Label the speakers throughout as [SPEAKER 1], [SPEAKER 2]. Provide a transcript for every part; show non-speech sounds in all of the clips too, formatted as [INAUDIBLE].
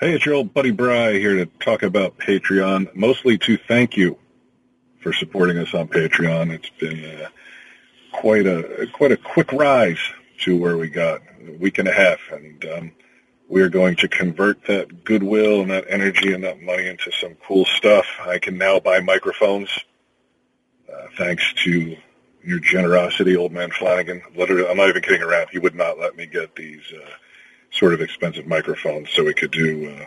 [SPEAKER 1] Hey, it's your old buddy Bry here to talk about Patreon, mostly to thank you for supporting us on Patreon. It's been uh, quite a quite a quick rise to where we got a week and a half, and um, we are going to convert that goodwill and that energy and that money into some cool stuff. I can now buy microphones uh, thanks to your generosity, old man Flanagan. Literally, I'm not even kidding around. He would not let me get these. Uh, sort of expensive microphones so we could do uh,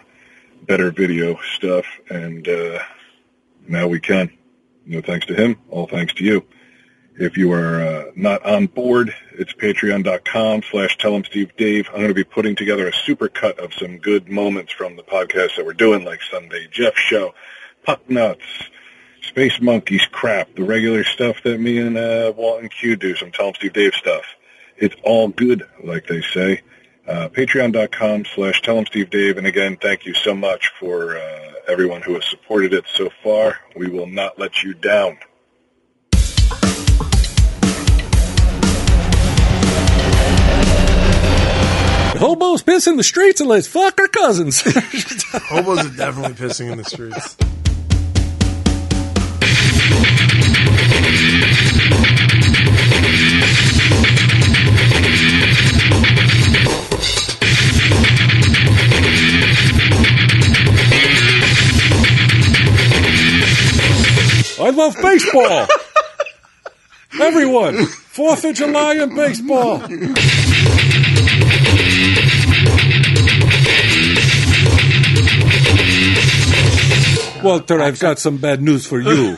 [SPEAKER 1] better video stuff. And uh, now we can. No thanks to him, all thanks to you. If you are uh, not on board, it's patreon.com slash tell him Steve Dave. I'm going to be putting together a supercut of some good moments from the podcast that we're doing, like Sunday Jeff Show, Puck Nuts, Space Monkeys Crap, the regular stuff that me and uh, Walt and Q do, some Tell him Steve Dave stuff. It's all good, like they say uh, patreon.com slash tell 'em steve dave and again thank you so much for uh, everyone who has supported it so far we will not let you down
[SPEAKER 2] Hobos piss in the streets and let's fuck our cousins.
[SPEAKER 3] Hobos are definitely pissing in the streets.
[SPEAKER 2] I love baseball. Everyone, Fourth of July and baseball. Walter, I've got some bad news for you.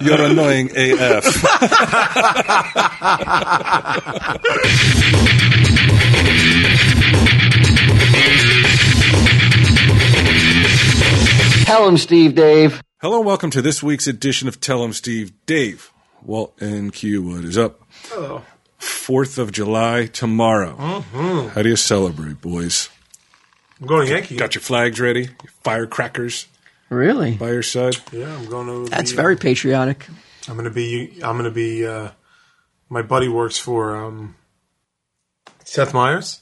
[SPEAKER 2] You're annoying AF.
[SPEAKER 4] Tell him, Steve Dave.
[SPEAKER 2] Hello and welcome to this week's edition of Tell 'em Steve Dave. Walt and Q Wood is up.
[SPEAKER 3] Hello.
[SPEAKER 2] Fourth of July tomorrow. How do you celebrate, boys?
[SPEAKER 3] Mm-hmm. I'm going Yankee.
[SPEAKER 2] Got your flags ready, your firecrackers
[SPEAKER 5] Really?
[SPEAKER 2] by your side.
[SPEAKER 3] Yeah, I'm going over.
[SPEAKER 5] That's
[SPEAKER 3] the,
[SPEAKER 5] very patriotic.
[SPEAKER 3] I'm gonna be. I'm gonna be. Uh, my buddy works for um, Seth Meyers,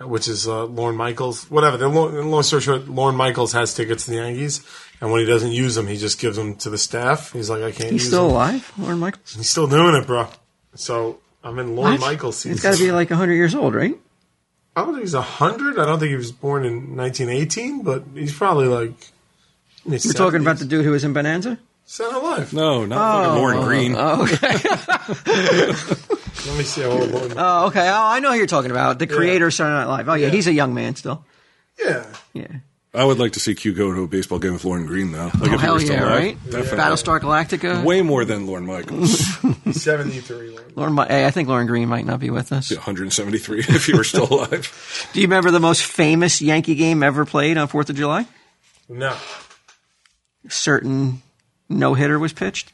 [SPEAKER 3] which is uh, Lorne Michaels. Whatever. The long, long story short, Lorne Michaels has tickets to the Yankees, and when he doesn't use them, he just gives them to the staff. He's like, I can't.
[SPEAKER 5] He's
[SPEAKER 3] use
[SPEAKER 5] still
[SPEAKER 3] them.
[SPEAKER 5] alive, Lauren Michaels.
[SPEAKER 3] He's still doing it, bro. So I'm in Lorne Michaels.
[SPEAKER 5] He's
[SPEAKER 3] season.
[SPEAKER 5] got to be like hundred years old, right?
[SPEAKER 3] I don't think he's hundred. I don't think he was born in 1918, but he's probably like. We're
[SPEAKER 5] We're talking about the dude who was in Bonanza.
[SPEAKER 3] Sound alive.
[SPEAKER 2] No, not fucking Warren Green.
[SPEAKER 5] Oh,
[SPEAKER 3] [LAUGHS]
[SPEAKER 5] okay.
[SPEAKER 3] Let me see how old. Lorne-
[SPEAKER 5] oh, okay. Oh, I know who you're talking about. The creator of Saturday Night Live. Oh, yeah, he's a young man still.
[SPEAKER 3] yeah.
[SPEAKER 5] Yeah.
[SPEAKER 2] I would like to see Q go to a baseball game with Lauren Green, though. Like if
[SPEAKER 5] Oh,
[SPEAKER 2] he were
[SPEAKER 5] hell
[SPEAKER 2] still
[SPEAKER 5] yeah,
[SPEAKER 2] alive.
[SPEAKER 5] right?
[SPEAKER 2] Definitely.
[SPEAKER 5] Battlestar Galactica.
[SPEAKER 2] Way more than Lauren
[SPEAKER 5] [LAUGHS]
[SPEAKER 2] Michaels.
[SPEAKER 3] 73 Lord.
[SPEAKER 5] Lauren, Mi- hey, I think Lauren Green might not be with us.
[SPEAKER 2] 173 [LAUGHS] if he were still alive.
[SPEAKER 5] Do you remember the most famous Yankee game ever played on Fourth of July?
[SPEAKER 3] No.
[SPEAKER 5] Certain no hitter was pitched.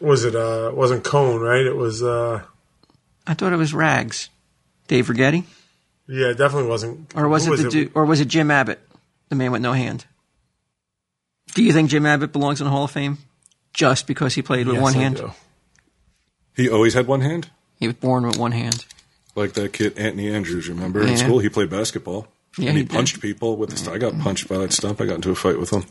[SPEAKER 3] Was it uh it wasn't Cone, right? It was uh
[SPEAKER 5] I thought it was Rags, Dave Rigetti,
[SPEAKER 3] yeah, it definitely wasn't
[SPEAKER 5] or was
[SPEAKER 3] who
[SPEAKER 5] it the dude, or was it Jim Abbott, the man with no hand? Do you think Jim Abbott belongs in the Hall of Fame just because he played with
[SPEAKER 3] Yes,
[SPEAKER 5] one
[SPEAKER 3] I
[SPEAKER 5] hand?
[SPEAKER 3] do.
[SPEAKER 2] He always had one hand.
[SPEAKER 5] He was born with one hand.
[SPEAKER 2] Like that kid Anthony Andrews, remember? In
[SPEAKER 5] Yeah.
[SPEAKER 2] school, he played basketball.
[SPEAKER 5] Yeah,
[SPEAKER 2] and he,
[SPEAKER 5] he did.
[SPEAKER 2] punched people with the st- I got punched by that stump. I got into a fight with him.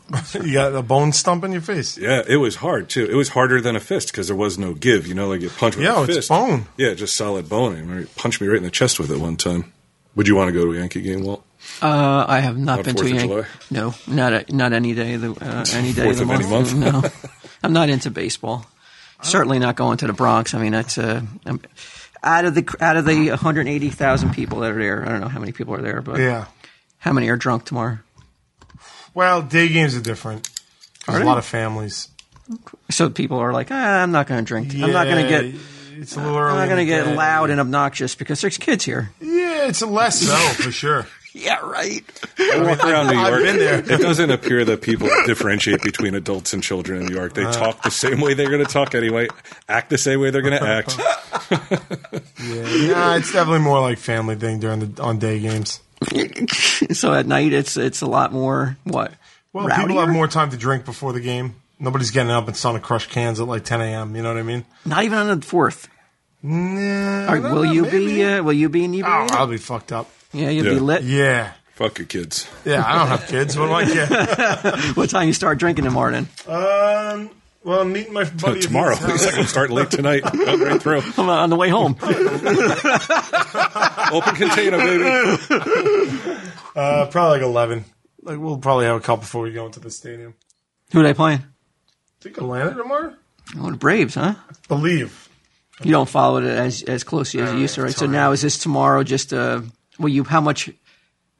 [SPEAKER 3] You got a bone stump in your face.
[SPEAKER 2] Yeah, it was hard too. It was harder than a fist because there was no give. You know, like you punch with
[SPEAKER 3] Yeah,
[SPEAKER 2] a
[SPEAKER 3] it's
[SPEAKER 2] fist.
[SPEAKER 3] bone.
[SPEAKER 2] Yeah, just solid bone. I remember he punched me right in the chest with it one time. Would you want to go to a Yankee game, Walt?
[SPEAKER 5] Uh, I have not
[SPEAKER 2] On
[SPEAKER 5] been to
[SPEAKER 2] 4th
[SPEAKER 5] a
[SPEAKER 2] of
[SPEAKER 5] Yankee.
[SPEAKER 2] July?
[SPEAKER 5] No, not a, not any day of the uh, any day
[SPEAKER 2] Fourth
[SPEAKER 5] of the
[SPEAKER 2] of any
[SPEAKER 5] month.
[SPEAKER 2] month?
[SPEAKER 5] no, I'm not into baseball. Certainly not going to the Bronx. I mean, that's uh, I'm, out of the out of the 180,000 people that are there. I don't know how many people are there, but
[SPEAKER 3] Yeah.
[SPEAKER 5] how many are drunk tomorrow?
[SPEAKER 3] Well, day games are different. There's
[SPEAKER 5] Are
[SPEAKER 3] a
[SPEAKER 5] they?
[SPEAKER 3] lot of families.
[SPEAKER 5] So people are like, ah, I'm not going to drink. I'm not going to
[SPEAKER 3] Yeah,
[SPEAKER 5] get
[SPEAKER 3] it's a little early.
[SPEAKER 5] I'm not
[SPEAKER 3] in
[SPEAKER 5] going to
[SPEAKER 3] the
[SPEAKER 5] get
[SPEAKER 3] day.
[SPEAKER 5] loud and obnoxious because there's kids here.
[SPEAKER 3] Yeah, it's less so for sure.
[SPEAKER 5] Yeah, right.
[SPEAKER 2] I [LAUGHS] walk around New
[SPEAKER 3] I've
[SPEAKER 2] York.
[SPEAKER 3] been there.
[SPEAKER 2] It doesn't appear that people [LAUGHS] differentiate between adults and children in New York. They talk the same way they're going to talk anyway, act the same way they're going to
[SPEAKER 3] [LAUGHS]
[SPEAKER 2] act.
[SPEAKER 3] Yeah, yeah, it's definitely more like family thing during the on day games.
[SPEAKER 5] [LAUGHS] so at night, it's it's a lot more what.
[SPEAKER 3] Well, people
[SPEAKER 5] rowdier?
[SPEAKER 3] have more time to drink before the game. Nobody's getting up and starting to crush cans at like 10 a.m. You know what I mean?
[SPEAKER 5] Not even on the fourth.
[SPEAKER 3] Nah, I
[SPEAKER 5] All right,
[SPEAKER 3] don't
[SPEAKER 5] will
[SPEAKER 3] know,
[SPEAKER 5] you
[SPEAKER 3] maybe.
[SPEAKER 5] be? Uh, will you be
[SPEAKER 3] Oh,
[SPEAKER 5] inebriated?
[SPEAKER 3] I'll be fucked up.
[SPEAKER 5] yeah, you'll be
[SPEAKER 2] Yeah.
[SPEAKER 5] lit.
[SPEAKER 3] Yeah.
[SPEAKER 2] Fuck your kids.
[SPEAKER 3] Yeah, I don't have kids. What do I care?
[SPEAKER 5] What time you start drinking tomorrow? Then
[SPEAKER 3] [LAUGHS] Um, well, I'm meeting my buddy
[SPEAKER 2] Tomorrow.
[SPEAKER 3] at his
[SPEAKER 2] He's
[SPEAKER 3] house.
[SPEAKER 2] like, I'm starting late tonight. Go right through.
[SPEAKER 5] I'm uh, on the way home. [LAUGHS]
[SPEAKER 2] Open container, baby.
[SPEAKER 3] Uh, probably like eleven. Like we'll probably have a couple before we go into the stadium.
[SPEAKER 5] Who are they playing?
[SPEAKER 3] I think Atlanta tomorrow.
[SPEAKER 5] Oh, the Braves, huh?
[SPEAKER 3] Believe.
[SPEAKER 5] You don't follow it as as closely as you used to, right? So now is this tomorrow? Just uh, will you? How much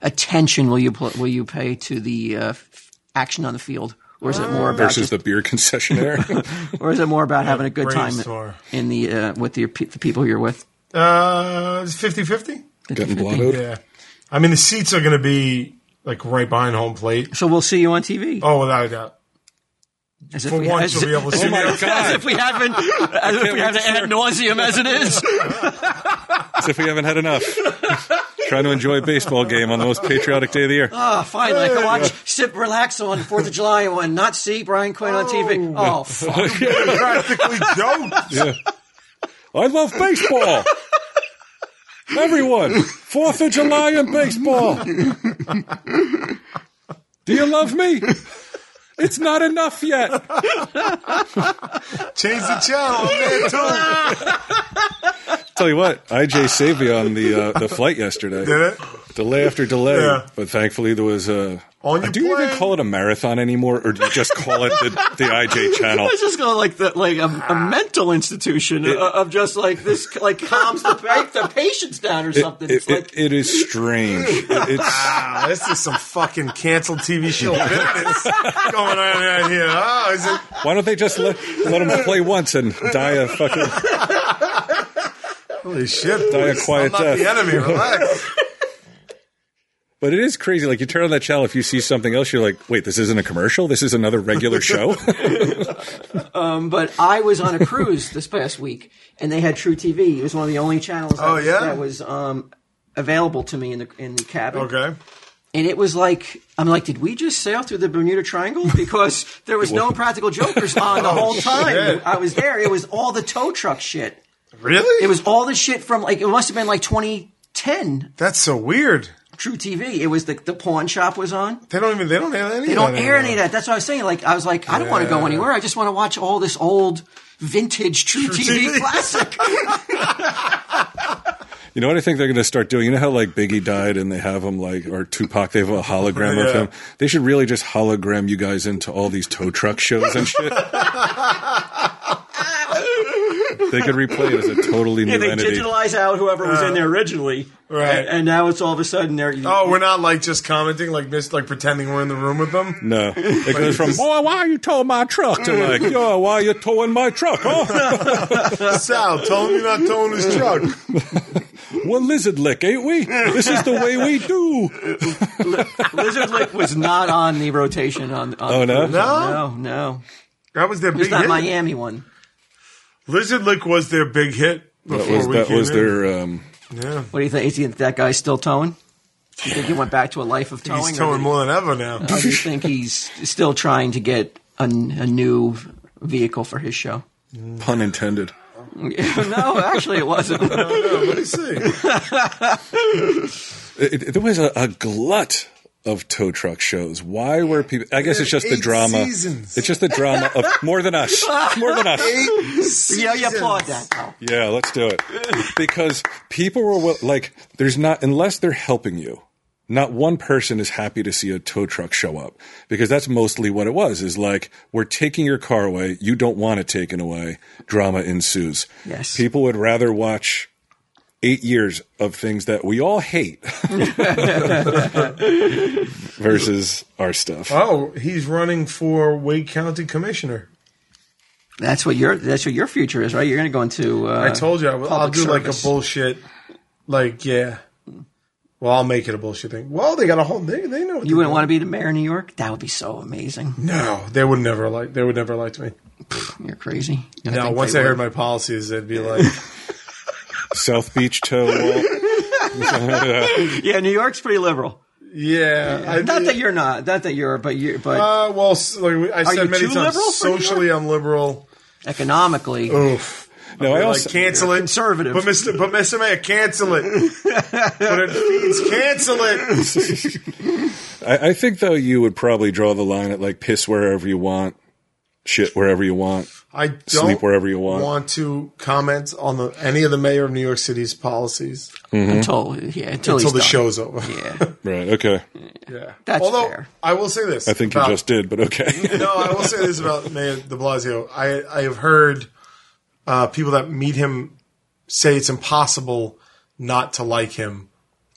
[SPEAKER 5] attention will you pl- will you pay to the uh, f- action on the field, or is it more about
[SPEAKER 2] Versus
[SPEAKER 5] just,
[SPEAKER 2] the beer
[SPEAKER 3] [LAUGHS]
[SPEAKER 2] concessionaire.
[SPEAKER 5] or is it more about having a good time
[SPEAKER 3] Braves tomorrow.
[SPEAKER 5] in the uh, with the pe- the people you're with?
[SPEAKER 3] Uh, it's 50-50?
[SPEAKER 2] Getting blottoed.
[SPEAKER 3] Yeah. I mean, the seats are going to be like right behind home plate.
[SPEAKER 5] So we'll see you on TV.
[SPEAKER 3] Oh, without a doubt.
[SPEAKER 5] as if
[SPEAKER 3] For
[SPEAKER 5] we,
[SPEAKER 3] once,
[SPEAKER 5] as,
[SPEAKER 3] you'll be
[SPEAKER 5] [LAUGHS]
[SPEAKER 3] able to see
[SPEAKER 2] Oh, my
[SPEAKER 3] me.
[SPEAKER 5] as
[SPEAKER 2] God.
[SPEAKER 5] if we
[SPEAKER 3] [LAUGHS]
[SPEAKER 5] haven't, as if we haven't ad nauseum as it is.
[SPEAKER 2] As if we haven't had enough. Trying to enjoy a baseball game on the most patriotic day of the year.
[SPEAKER 5] Oh, fine. I can watch, sit, relax on Fourth of July and not see Brian Quinn on TV. Oh, fuck.
[SPEAKER 2] [LAUGHS]
[SPEAKER 3] Practically don't.
[SPEAKER 5] [LAUGHS]
[SPEAKER 2] Yeah. I love baseball. Everyone, Fourth of July and baseball. Do you love me? It's not enough yet.
[SPEAKER 3] Change the channel. man, too.
[SPEAKER 2] Tell you what, IJ saved me on the uh, the flight yesterday.
[SPEAKER 3] Did it?
[SPEAKER 2] Delay after delay,
[SPEAKER 3] Yeah.
[SPEAKER 2] but thankfully there was a.
[SPEAKER 3] On your
[SPEAKER 2] do you even
[SPEAKER 3] plane.
[SPEAKER 2] call it a marathon anymore, or do you just call it the, the IJ channel?
[SPEAKER 5] I was just going like the, like a, a mental institution of, of just like this like calms the, pa- the patients down or something.
[SPEAKER 2] It,
[SPEAKER 5] it's like
[SPEAKER 2] it, it is strange. It- it's.
[SPEAKER 3] Wow, Ah, this is some fucking canceled TV show business [LAUGHS] going on right here. Oh, is it?
[SPEAKER 2] Why don't they just let, let them play once and die a fucking
[SPEAKER 3] Holy shit.
[SPEAKER 2] die a
[SPEAKER 3] boys.
[SPEAKER 2] quiet
[SPEAKER 3] I'm not
[SPEAKER 2] death?
[SPEAKER 3] the enemy. Relax.
[SPEAKER 2] But it is crazy. Like you turn on that channel, if you see something else, you're like, wait, this isn't a commercial. This is another regular show.
[SPEAKER 3] [LAUGHS]
[SPEAKER 2] [LAUGHS]
[SPEAKER 5] but I was on a
[SPEAKER 3] [LAUGHS]
[SPEAKER 5] cruise this past week, and they had True TV. It was one of the only channels. That,
[SPEAKER 3] Oh, yeah?
[SPEAKER 5] that was um, available to me in the in the cabin.
[SPEAKER 3] Okay.
[SPEAKER 5] And it was like I'm like, did we just sail through the Bermuda
[SPEAKER 3] [LAUGHS]
[SPEAKER 5] Triangle? Because there was no Practical Jokers on the whole time
[SPEAKER 3] Oh, shit.
[SPEAKER 5] I was there. It was all the tow truck shit.
[SPEAKER 3] Really?
[SPEAKER 5] It was all the shit from like it must have been like 2010
[SPEAKER 3] That's so weird.
[SPEAKER 5] True TV. It was the the pawn shop was on.
[SPEAKER 3] They don't even. They don't have any.
[SPEAKER 5] They don't air any
[SPEAKER 3] anymore.
[SPEAKER 5] of that. That's what I was saying. Like I was like, I don't want to go anywhere. I just want to watch all this old vintage True, TV,
[SPEAKER 3] TV.
[SPEAKER 5] classic.
[SPEAKER 3] [LAUGHS]
[SPEAKER 2] you know what I think they're going to start doing? You know how like Biggie died and they have him like, or Tupac, they have a hologram of
[SPEAKER 3] Yeah.
[SPEAKER 2] him. They should really just hologram you guys into all these tow truck shows and
[SPEAKER 3] [LAUGHS]
[SPEAKER 2] shit. they could replay it as a totally new
[SPEAKER 5] And they
[SPEAKER 2] entity.
[SPEAKER 5] digitalize out whoever was in there originally,
[SPEAKER 3] Uh, right.
[SPEAKER 5] And, and now it's all of a sudden they're
[SPEAKER 3] Oh, we're not like just commenting, like this, like pretending we're in the room with them.
[SPEAKER 2] No, it goes from "Oh, why are you towing my truck?" to like
[SPEAKER 3] Mm.
[SPEAKER 2] "Yo, why are you towing my truck?" Oh,
[SPEAKER 3] [LAUGHS] Sal, tell him you're not towing
[SPEAKER 2] [LAUGHS]
[SPEAKER 3] his truck.
[SPEAKER 2] one lizard lick, ain't we? This is the way we do.
[SPEAKER 5] [LAUGHS] Lizard Lick was not on the rotation on. on
[SPEAKER 2] Oh, no?
[SPEAKER 5] the-
[SPEAKER 3] No?
[SPEAKER 5] no, no.
[SPEAKER 3] That was their
[SPEAKER 5] It's
[SPEAKER 3] big
[SPEAKER 5] not
[SPEAKER 3] hit.
[SPEAKER 5] Miami one.
[SPEAKER 3] Lizard Lick was their big hit.
[SPEAKER 2] That
[SPEAKER 3] Before
[SPEAKER 2] was
[SPEAKER 3] we
[SPEAKER 2] that
[SPEAKER 3] came
[SPEAKER 2] was
[SPEAKER 3] in.
[SPEAKER 2] their. Um,
[SPEAKER 3] Yeah,
[SPEAKER 5] What do you think? Is he, that guy still towing? Do you think he went back to a life of towing?
[SPEAKER 3] [LAUGHS] he's
[SPEAKER 5] or
[SPEAKER 3] towing
[SPEAKER 5] did he-
[SPEAKER 3] more than ever now.
[SPEAKER 5] [LAUGHS] or do you think he's still trying to get a, a new vehicle for his show? [LAUGHS]
[SPEAKER 2] pun intended.
[SPEAKER 5] no, actually, it
[SPEAKER 3] [LAUGHS]
[SPEAKER 5] wasn't. [LAUGHS]
[SPEAKER 3] Let me see.
[SPEAKER 2] It, it- there was a, a glut of tow truck shows. Why were people? I guess it's just the
[SPEAKER 3] Eight
[SPEAKER 2] drama.
[SPEAKER 3] seasons.
[SPEAKER 2] It's just the drama
[SPEAKER 3] [LAUGHS]
[SPEAKER 2] of more than us. More than us.
[SPEAKER 5] yeah, you applaud that. Though.
[SPEAKER 2] Yeah, let's do it. Because people were wi- like, there's not, unless they're helping you, not one person is happy to see a tow truck show up because that's mostly what it was is like, we're taking your car away. You don't want it taken away. Drama ensues.
[SPEAKER 5] Yes.
[SPEAKER 2] People would rather watch eight years of things that we all hate [LAUGHS] versus our stuff.
[SPEAKER 3] Oh, he's running for Wake County Commissioner.
[SPEAKER 5] That's what your that's what your future is, right? You're going to go into. Uh,
[SPEAKER 3] I told you I will, I'll
[SPEAKER 5] public
[SPEAKER 3] do like a
[SPEAKER 5] service.
[SPEAKER 3] bullshit. Like yeah. Well, I'll make it a bullshit thing. Well, they got a whole. They, they know. What
[SPEAKER 5] you wouldn't want to be the mayor of New York. That would be so amazing.
[SPEAKER 3] No, they would never like. They would never elect me.
[SPEAKER 5] You're crazy. I
[SPEAKER 3] No,
[SPEAKER 5] think
[SPEAKER 3] once
[SPEAKER 5] they
[SPEAKER 3] I heard
[SPEAKER 5] would.
[SPEAKER 3] my policies, they'd be like,
[SPEAKER 2] South Beach tow. wall.
[SPEAKER 5] yeah, New York's pretty liberal. [LAUGHS]
[SPEAKER 3] yeah. I,
[SPEAKER 5] Not that you're not. Not that you're, but you. But
[SPEAKER 3] Uh, well, s- like I
[SPEAKER 5] you
[SPEAKER 3] said many
[SPEAKER 5] too
[SPEAKER 3] times,
[SPEAKER 5] liberal for New
[SPEAKER 3] socially I'm liberal.
[SPEAKER 5] economically,
[SPEAKER 3] Oof.
[SPEAKER 2] No, I
[SPEAKER 3] They're
[SPEAKER 2] also
[SPEAKER 3] like, cancel it.
[SPEAKER 5] Conservative.
[SPEAKER 3] But Mr. But Mr. Mayor,
[SPEAKER 5] [LAUGHS]
[SPEAKER 3] cancel it. but it feeds, cancel
[SPEAKER 5] [LAUGHS]
[SPEAKER 3] it.
[SPEAKER 2] I, I think though you would probably draw the line at like piss wherever you want, shit wherever you want.
[SPEAKER 3] I don't
[SPEAKER 2] Sleep wherever you want.
[SPEAKER 3] to comment on the, any of the mayor of New York City's policies
[SPEAKER 5] until yeah, until,
[SPEAKER 3] until the
[SPEAKER 5] he's done.
[SPEAKER 3] show's over.
[SPEAKER 5] Yeah,
[SPEAKER 2] Right. Okay.
[SPEAKER 3] Yeah.
[SPEAKER 5] That's
[SPEAKER 3] Although
[SPEAKER 5] fair.
[SPEAKER 3] I will say this.
[SPEAKER 2] I think you just did, but
[SPEAKER 3] [LAUGHS]
[SPEAKER 2] okay.
[SPEAKER 3] no, I will say this about Mayor De Blasio. I I have heard uh, people that meet him say it's impossible not to like him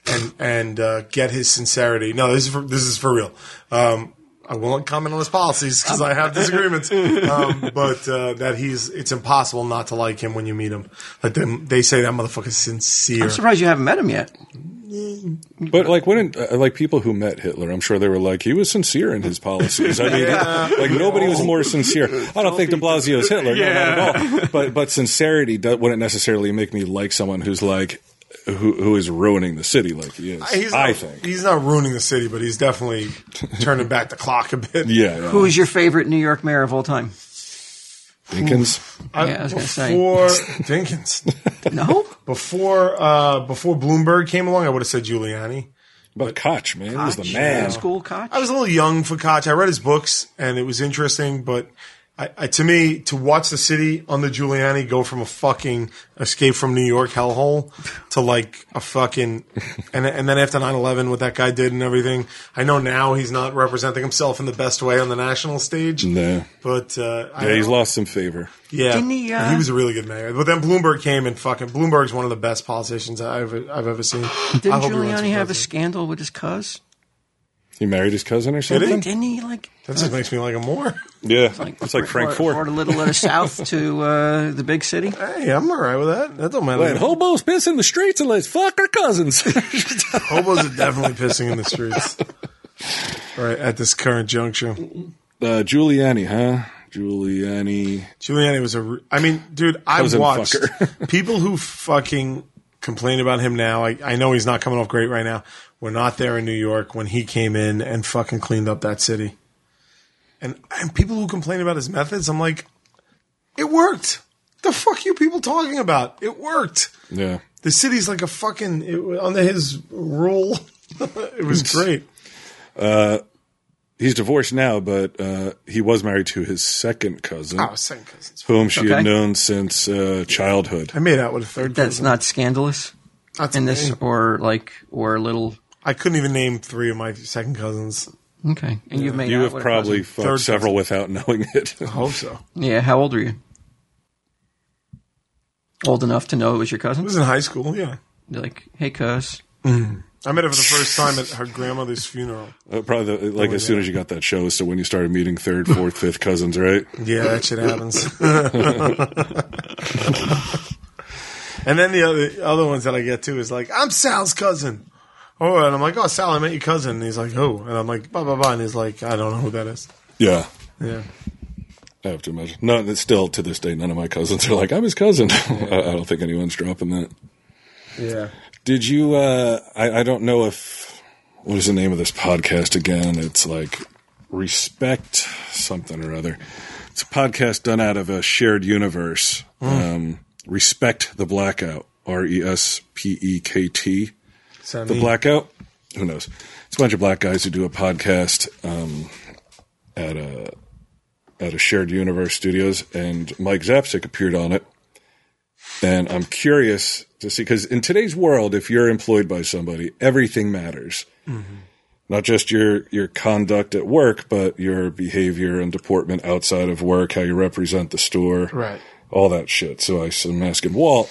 [SPEAKER 3] and and uh, get his sincerity. No, this is for, this is for real. Um, I won't comment on his policies because I have disagreements. Um, but uh, that he's it's impossible not to like him when you meet him. Like they, they say that motherfucker's sincere.
[SPEAKER 5] I'm surprised you haven't met him yet.
[SPEAKER 2] but like, wouldn't uh, like people who met Hitler? I'm sure they were like he was sincere in his policies. I mean,
[SPEAKER 3] Yeah.
[SPEAKER 2] like nobody was more sincere.
[SPEAKER 3] [LAUGHS]
[SPEAKER 2] I don't think De Blasio is Hitler. No, not at all. But but sincerity do- wouldn't necessarily make me like someone who's like who who is ruining the city like he is.
[SPEAKER 3] He's not,
[SPEAKER 2] I think.
[SPEAKER 3] he's not ruining the city, but he's definitely turning back the clock a
[SPEAKER 2] [LAUGHS]
[SPEAKER 3] bit.
[SPEAKER 2] Yeah. yeah.
[SPEAKER 5] Who's your favorite New York mayor of all
[SPEAKER 3] [LAUGHS]
[SPEAKER 5] time?
[SPEAKER 2] Dinkins.
[SPEAKER 3] I,
[SPEAKER 5] Yeah, I was gonna say.
[SPEAKER 3] Uh, before Dinkins,
[SPEAKER 5] No,
[SPEAKER 3] before uh, before Bloomberg came along, I would have said Giuliani.
[SPEAKER 2] But Koch, man, he was the
[SPEAKER 5] Koch,
[SPEAKER 2] man.
[SPEAKER 5] School Koch.
[SPEAKER 3] I was a little young for Koch. I read his books, and it was interesting, but. I, I, to me, to watch the city under Giuliani go from a fucking escape from New York hellhole to like a fucking, and and then after 9-11, what that guy did and everything. I know now he's not representing himself in the best way on the national stage,
[SPEAKER 2] No.
[SPEAKER 3] but uh, I
[SPEAKER 2] Yeah, he's
[SPEAKER 3] don't-
[SPEAKER 2] lost some favor.
[SPEAKER 3] Yeah,
[SPEAKER 5] Didn't he, uh,
[SPEAKER 3] was a really good mayor. But then Bloomberg came and fucking Bloomberg's one of the best politicians I've I've ever seen.
[SPEAKER 5] Didn't
[SPEAKER 3] I hope he runs for
[SPEAKER 5] Giuliani have a
[SPEAKER 3] president.
[SPEAKER 5] scandal with his cuz?
[SPEAKER 2] He married his cousin or something.
[SPEAKER 5] Didn't he like?
[SPEAKER 3] That just makes me like him more.
[SPEAKER 2] Yeah, it's like, Frank
[SPEAKER 5] or,
[SPEAKER 2] Ford.
[SPEAKER 5] or a little letter south to uh, the big city.
[SPEAKER 3] [LAUGHS] Hey, I'm all right with that. That don't matter.
[SPEAKER 2] When hobos piss in the streets and let's fuck our cousins. [LAUGHS] Uh,
[SPEAKER 3] Hobos are definitely pissing in the [LAUGHS] streets. Right at this current juncture,
[SPEAKER 2] uh, Giuliani, huh? Giuliani.
[SPEAKER 3] Giuliani was a. re- I mean, dude, I
[SPEAKER 2] Cousin
[SPEAKER 3] watched
[SPEAKER 2] fucker.
[SPEAKER 3] [LAUGHS] people who fucking complain about him now. I, I know he's not coming off great right now. We're not there in New York when he came in and fucking cleaned up that city. And and people who complain about his methods, I'm like, it worked. The fuck you people talking about? It worked.
[SPEAKER 2] Yeah.
[SPEAKER 3] The city's like a fucking it, wa- under his rule. [LAUGHS] it was great.
[SPEAKER 2] He's divorced now, but uh, he was married to his second cousin,
[SPEAKER 3] Oh, second cousins.
[SPEAKER 2] whom she
[SPEAKER 5] Okay.
[SPEAKER 2] had known since uh, childhood.
[SPEAKER 3] I made out with a third.
[SPEAKER 5] That's
[SPEAKER 3] cousin.
[SPEAKER 5] not scandalous
[SPEAKER 3] That's
[SPEAKER 5] in this,
[SPEAKER 3] amazing.
[SPEAKER 5] or like, or a little.
[SPEAKER 3] I couldn't even name three of my second cousins.
[SPEAKER 5] Okay, and you've made
[SPEAKER 2] You
[SPEAKER 5] out
[SPEAKER 2] have
[SPEAKER 5] with a
[SPEAKER 2] probably fucked
[SPEAKER 3] Third
[SPEAKER 2] several without [LAUGHS] knowing it.
[SPEAKER 3] I hope so.
[SPEAKER 5] cousin. Yeah, how old are you? Old enough to know it was your
[SPEAKER 3] It
[SPEAKER 5] cousin?
[SPEAKER 3] was in high school, yeah.
[SPEAKER 5] You're like, hey, cuz.
[SPEAKER 3] I met her for the first time at her grandmother's funeral.
[SPEAKER 2] Uh, probably the, like as soon as you got that show, so when you started meeting third, fourth, fifth cousins, right?
[SPEAKER 3] Yeah, that shit happens. [LAUGHS] and then the other other ones that I get too is like, I'm Sal's cousin. Oh, and I'm like, oh, Sal, I met your cousin. And he's like, who? And I'm like, blah blah blah. And he's like, I don't know who that is.
[SPEAKER 2] Yeah.
[SPEAKER 3] Yeah,
[SPEAKER 2] I have to imagine. No, that's still to this day, none of my cousins are like, I'm his cousin. [LAUGHS] I, I don't think anyone's dropping that.
[SPEAKER 3] yeah.
[SPEAKER 2] Did you? Uh, I, I don't know if what is the name of this podcast again? It's like respect something or other. It's a podcast done out of a shared universe. Um, respect the blackout. R e s p e k t.
[SPEAKER 3] So
[SPEAKER 2] The blackout. Who knows? It's a bunch of black guys who do a podcast um, at a at a shared universe studios, and Mike Zapsik appeared on it. And I'm curious to see because in today's world, if you're employed by somebody, everything matters. Not just your your conduct at work, but your behavior and deportment outside of work, how you represent the store,
[SPEAKER 3] Right.
[SPEAKER 2] All that shit. So I, s- I'm asking Walt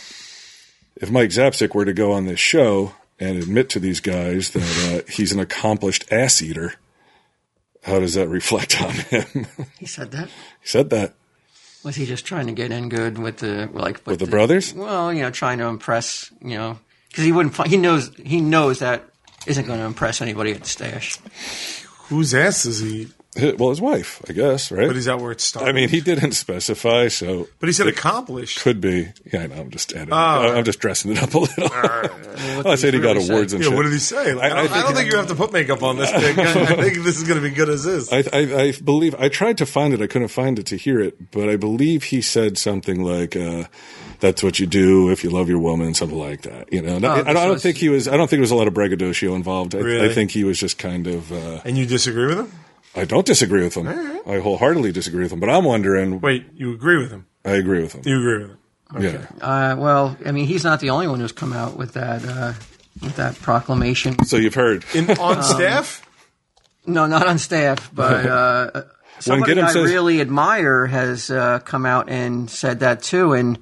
[SPEAKER 2] if Mike Zapsik were to go on this show and admit to these guys that uh, he's an accomplished ass eater, how does that reflect on him? [LAUGHS] he
[SPEAKER 5] He said that?
[SPEAKER 2] said that
[SPEAKER 5] Was he just trying to get in good with the, like, with,
[SPEAKER 2] with the brothers.
[SPEAKER 5] Well, you know, trying to impress, you know, because he wouldn't, fi- he knows, he knows that isn't going to impress anybody at the stash.
[SPEAKER 3] Whose ass is he?
[SPEAKER 2] well, his wife, I guess, right?
[SPEAKER 3] But is that where it started?
[SPEAKER 2] I mean, he didn't specify, so
[SPEAKER 3] but he said accomplished.
[SPEAKER 2] could be. Yeah, I know. I'm just adding,
[SPEAKER 3] Oh.
[SPEAKER 2] I'm just dressing it up a little. [LAUGHS] I said he got
[SPEAKER 5] really say?
[SPEAKER 2] awards and
[SPEAKER 3] Yeah,
[SPEAKER 2] shit.
[SPEAKER 3] what did he say?
[SPEAKER 2] I-
[SPEAKER 3] Like, I, don't,
[SPEAKER 2] I
[SPEAKER 3] I,
[SPEAKER 2] think-
[SPEAKER 3] don't think you have to put makeup on
[SPEAKER 2] [LAUGHS]
[SPEAKER 3] this thing. I think this is going to be good as is.
[SPEAKER 2] I, I, I believe I tried to find it. I couldn't find it to hear it, but I believe he said something like, uh, "That's what you do if you love your woman," something like that. You know, And I, I don't, I
[SPEAKER 5] Oh, so
[SPEAKER 2] don't
[SPEAKER 5] it's-
[SPEAKER 2] think he was. I don't think there was a lot of braggadocio involved. I, I
[SPEAKER 3] Really?
[SPEAKER 2] think he was just kind of. Uh,
[SPEAKER 3] and you disagree with him?
[SPEAKER 2] I don't disagree with him. I wholeheartedly disagree with him. But I'm wondering.
[SPEAKER 3] Wait, you agree with him?
[SPEAKER 2] I agree with him.
[SPEAKER 3] You agree with him?
[SPEAKER 2] Yeah.
[SPEAKER 5] Uh, well, I mean, he's not the only one who's come out with that uh, with that proclamation.
[SPEAKER 2] So you've heard.
[SPEAKER 3] In [LAUGHS] on staff?
[SPEAKER 5] No, not on staff,
[SPEAKER 2] [LAUGHS]
[SPEAKER 5] but uh, somebody
[SPEAKER 2] Gideon
[SPEAKER 5] I
[SPEAKER 2] says-
[SPEAKER 5] really admire has uh, come out and said that too, and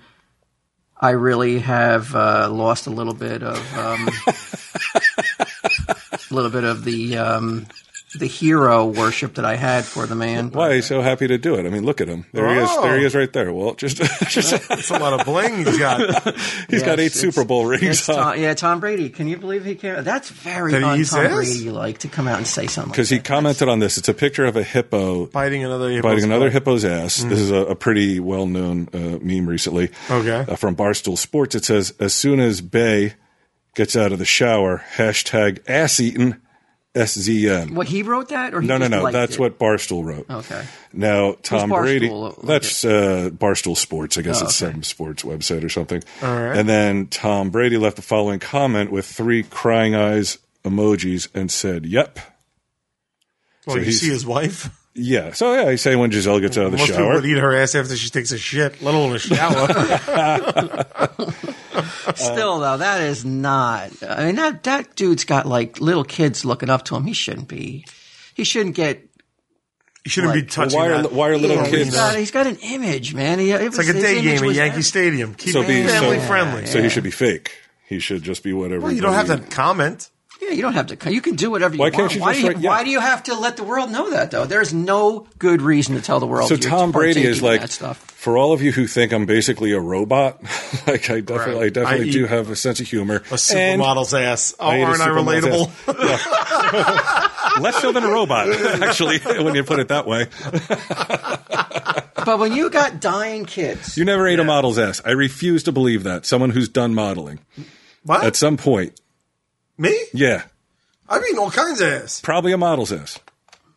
[SPEAKER 5] I really have uh, lost a little bit of
[SPEAKER 2] [LAUGHS]
[SPEAKER 5] um, a little bit of the um, the hero worship that I had for the man.
[SPEAKER 2] Why he's so happy to do it? I mean, look at him. There he is.
[SPEAKER 3] Oh.
[SPEAKER 2] There he is, right there. Well, just, [LAUGHS] just
[SPEAKER 3] That's a lot of bling
[SPEAKER 2] [LAUGHS]
[SPEAKER 3] he's got.
[SPEAKER 2] he's got eight
[SPEAKER 5] Yes,
[SPEAKER 2] Super
[SPEAKER 5] it's-
[SPEAKER 2] Bowl rings
[SPEAKER 5] it's
[SPEAKER 2] on.
[SPEAKER 5] Tom, yeah, Tom Brady. Can you believe he came? That's very
[SPEAKER 3] That he
[SPEAKER 5] un Tom
[SPEAKER 3] says?
[SPEAKER 5] Brady like to come out and say something.
[SPEAKER 2] because he
[SPEAKER 5] like that.
[SPEAKER 2] commented on this. It's a picture of a hippo
[SPEAKER 3] Biting another hippo's
[SPEAKER 2] biting another
[SPEAKER 3] butt.
[SPEAKER 2] hippo's ass. This is a, a pretty well-known uh, meme recently.
[SPEAKER 3] Okay.
[SPEAKER 2] uh, from Barstool Sports. It says, "As soon as Bay gets out of the shower, hashtag ass eaten." SZN.
[SPEAKER 5] What he wrote that, or he
[SPEAKER 2] No, no,
[SPEAKER 5] just
[SPEAKER 2] no.
[SPEAKER 5] liked
[SPEAKER 2] That's
[SPEAKER 5] it?
[SPEAKER 2] what Barstool wrote.
[SPEAKER 5] Okay.
[SPEAKER 2] Now, Tom
[SPEAKER 5] Barstool
[SPEAKER 2] Brady.
[SPEAKER 5] look like
[SPEAKER 2] that's uh, Barstool Sports. I guess it's some sports website or something. All
[SPEAKER 3] right.
[SPEAKER 2] And then Tom Brady left the following comment with three crying eyes emojis and said, "Yep."
[SPEAKER 3] Well, you
[SPEAKER 2] he's-
[SPEAKER 3] see his wife?
[SPEAKER 2] Yeah. So yeah, I say when Giselle gets out of the
[SPEAKER 3] Most people
[SPEAKER 2] shower.
[SPEAKER 3] would eat her ass after she takes a shit, let alone
[SPEAKER 2] [LAUGHS]
[SPEAKER 3] a shower.
[SPEAKER 5] Still though, that is not. I mean, that that dude's got like little kids looking up to him. He shouldn't be. He shouldn't get.
[SPEAKER 3] you shouldn't
[SPEAKER 5] Like,
[SPEAKER 3] be touching
[SPEAKER 2] why are
[SPEAKER 3] that.
[SPEAKER 2] why are little
[SPEAKER 5] Yeah,
[SPEAKER 2] kids?
[SPEAKER 5] He's got, he's got an image, man. He, it
[SPEAKER 3] It's
[SPEAKER 5] was,
[SPEAKER 3] like a
[SPEAKER 5] his
[SPEAKER 3] day
[SPEAKER 5] image
[SPEAKER 3] game at
[SPEAKER 5] was-
[SPEAKER 3] Yankee Stadium. Keep
[SPEAKER 2] So
[SPEAKER 3] it
[SPEAKER 2] be- so-
[SPEAKER 3] family
[SPEAKER 2] yeah,
[SPEAKER 3] friendly.
[SPEAKER 2] So he should be fake. He should just be whatever.
[SPEAKER 3] well, you don't have to comment.
[SPEAKER 5] Yeah, you don't have to. co- You can do whatever you
[SPEAKER 2] Why
[SPEAKER 5] want.
[SPEAKER 2] can't you
[SPEAKER 5] why,
[SPEAKER 2] just
[SPEAKER 5] do you,
[SPEAKER 2] write- yeah.
[SPEAKER 5] why do you have to let the world know that though? There's no good reason to tell the world.
[SPEAKER 2] So
[SPEAKER 5] you're
[SPEAKER 2] Tom Brady
[SPEAKER 5] partaking
[SPEAKER 2] is
[SPEAKER 5] in
[SPEAKER 2] like,
[SPEAKER 5] that stuff.
[SPEAKER 2] for all of you who think I'm basically a robot, [LAUGHS] like I definitely, I
[SPEAKER 3] Right.
[SPEAKER 2] definitely
[SPEAKER 3] I
[SPEAKER 2] do
[SPEAKER 3] eat
[SPEAKER 2] have a sense of humor.
[SPEAKER 3] A
[SPEAKER 2] And
[SPEAKER 3] supermodel's ass. Oh,
[SPEAKER 2] I eat a
[SPEAKER 3] aren't I
[SPEAKER 2] supermodel's
[SPEAKER 3] relatable?
[SPEAKER 2] ass. [LAUGHS] Less so than a robot, actually, [LAUGHS] when you put it that way.
[SPEAKER 5] But when you got dying kids,
[SPEAKER 2] You never ate a model's ass. I refuse to believe that. Someone who's done modeling
[SPEAKER 3] [LAUGHS] What?
[SPEAKER 2] at some point.
[SPEAKER 3] Me?
[SPEAKER 2] Yeah,
[SPEAKER 3] I've eaten all kinds of ass.
[SPEAKER 2] probably a model's ass.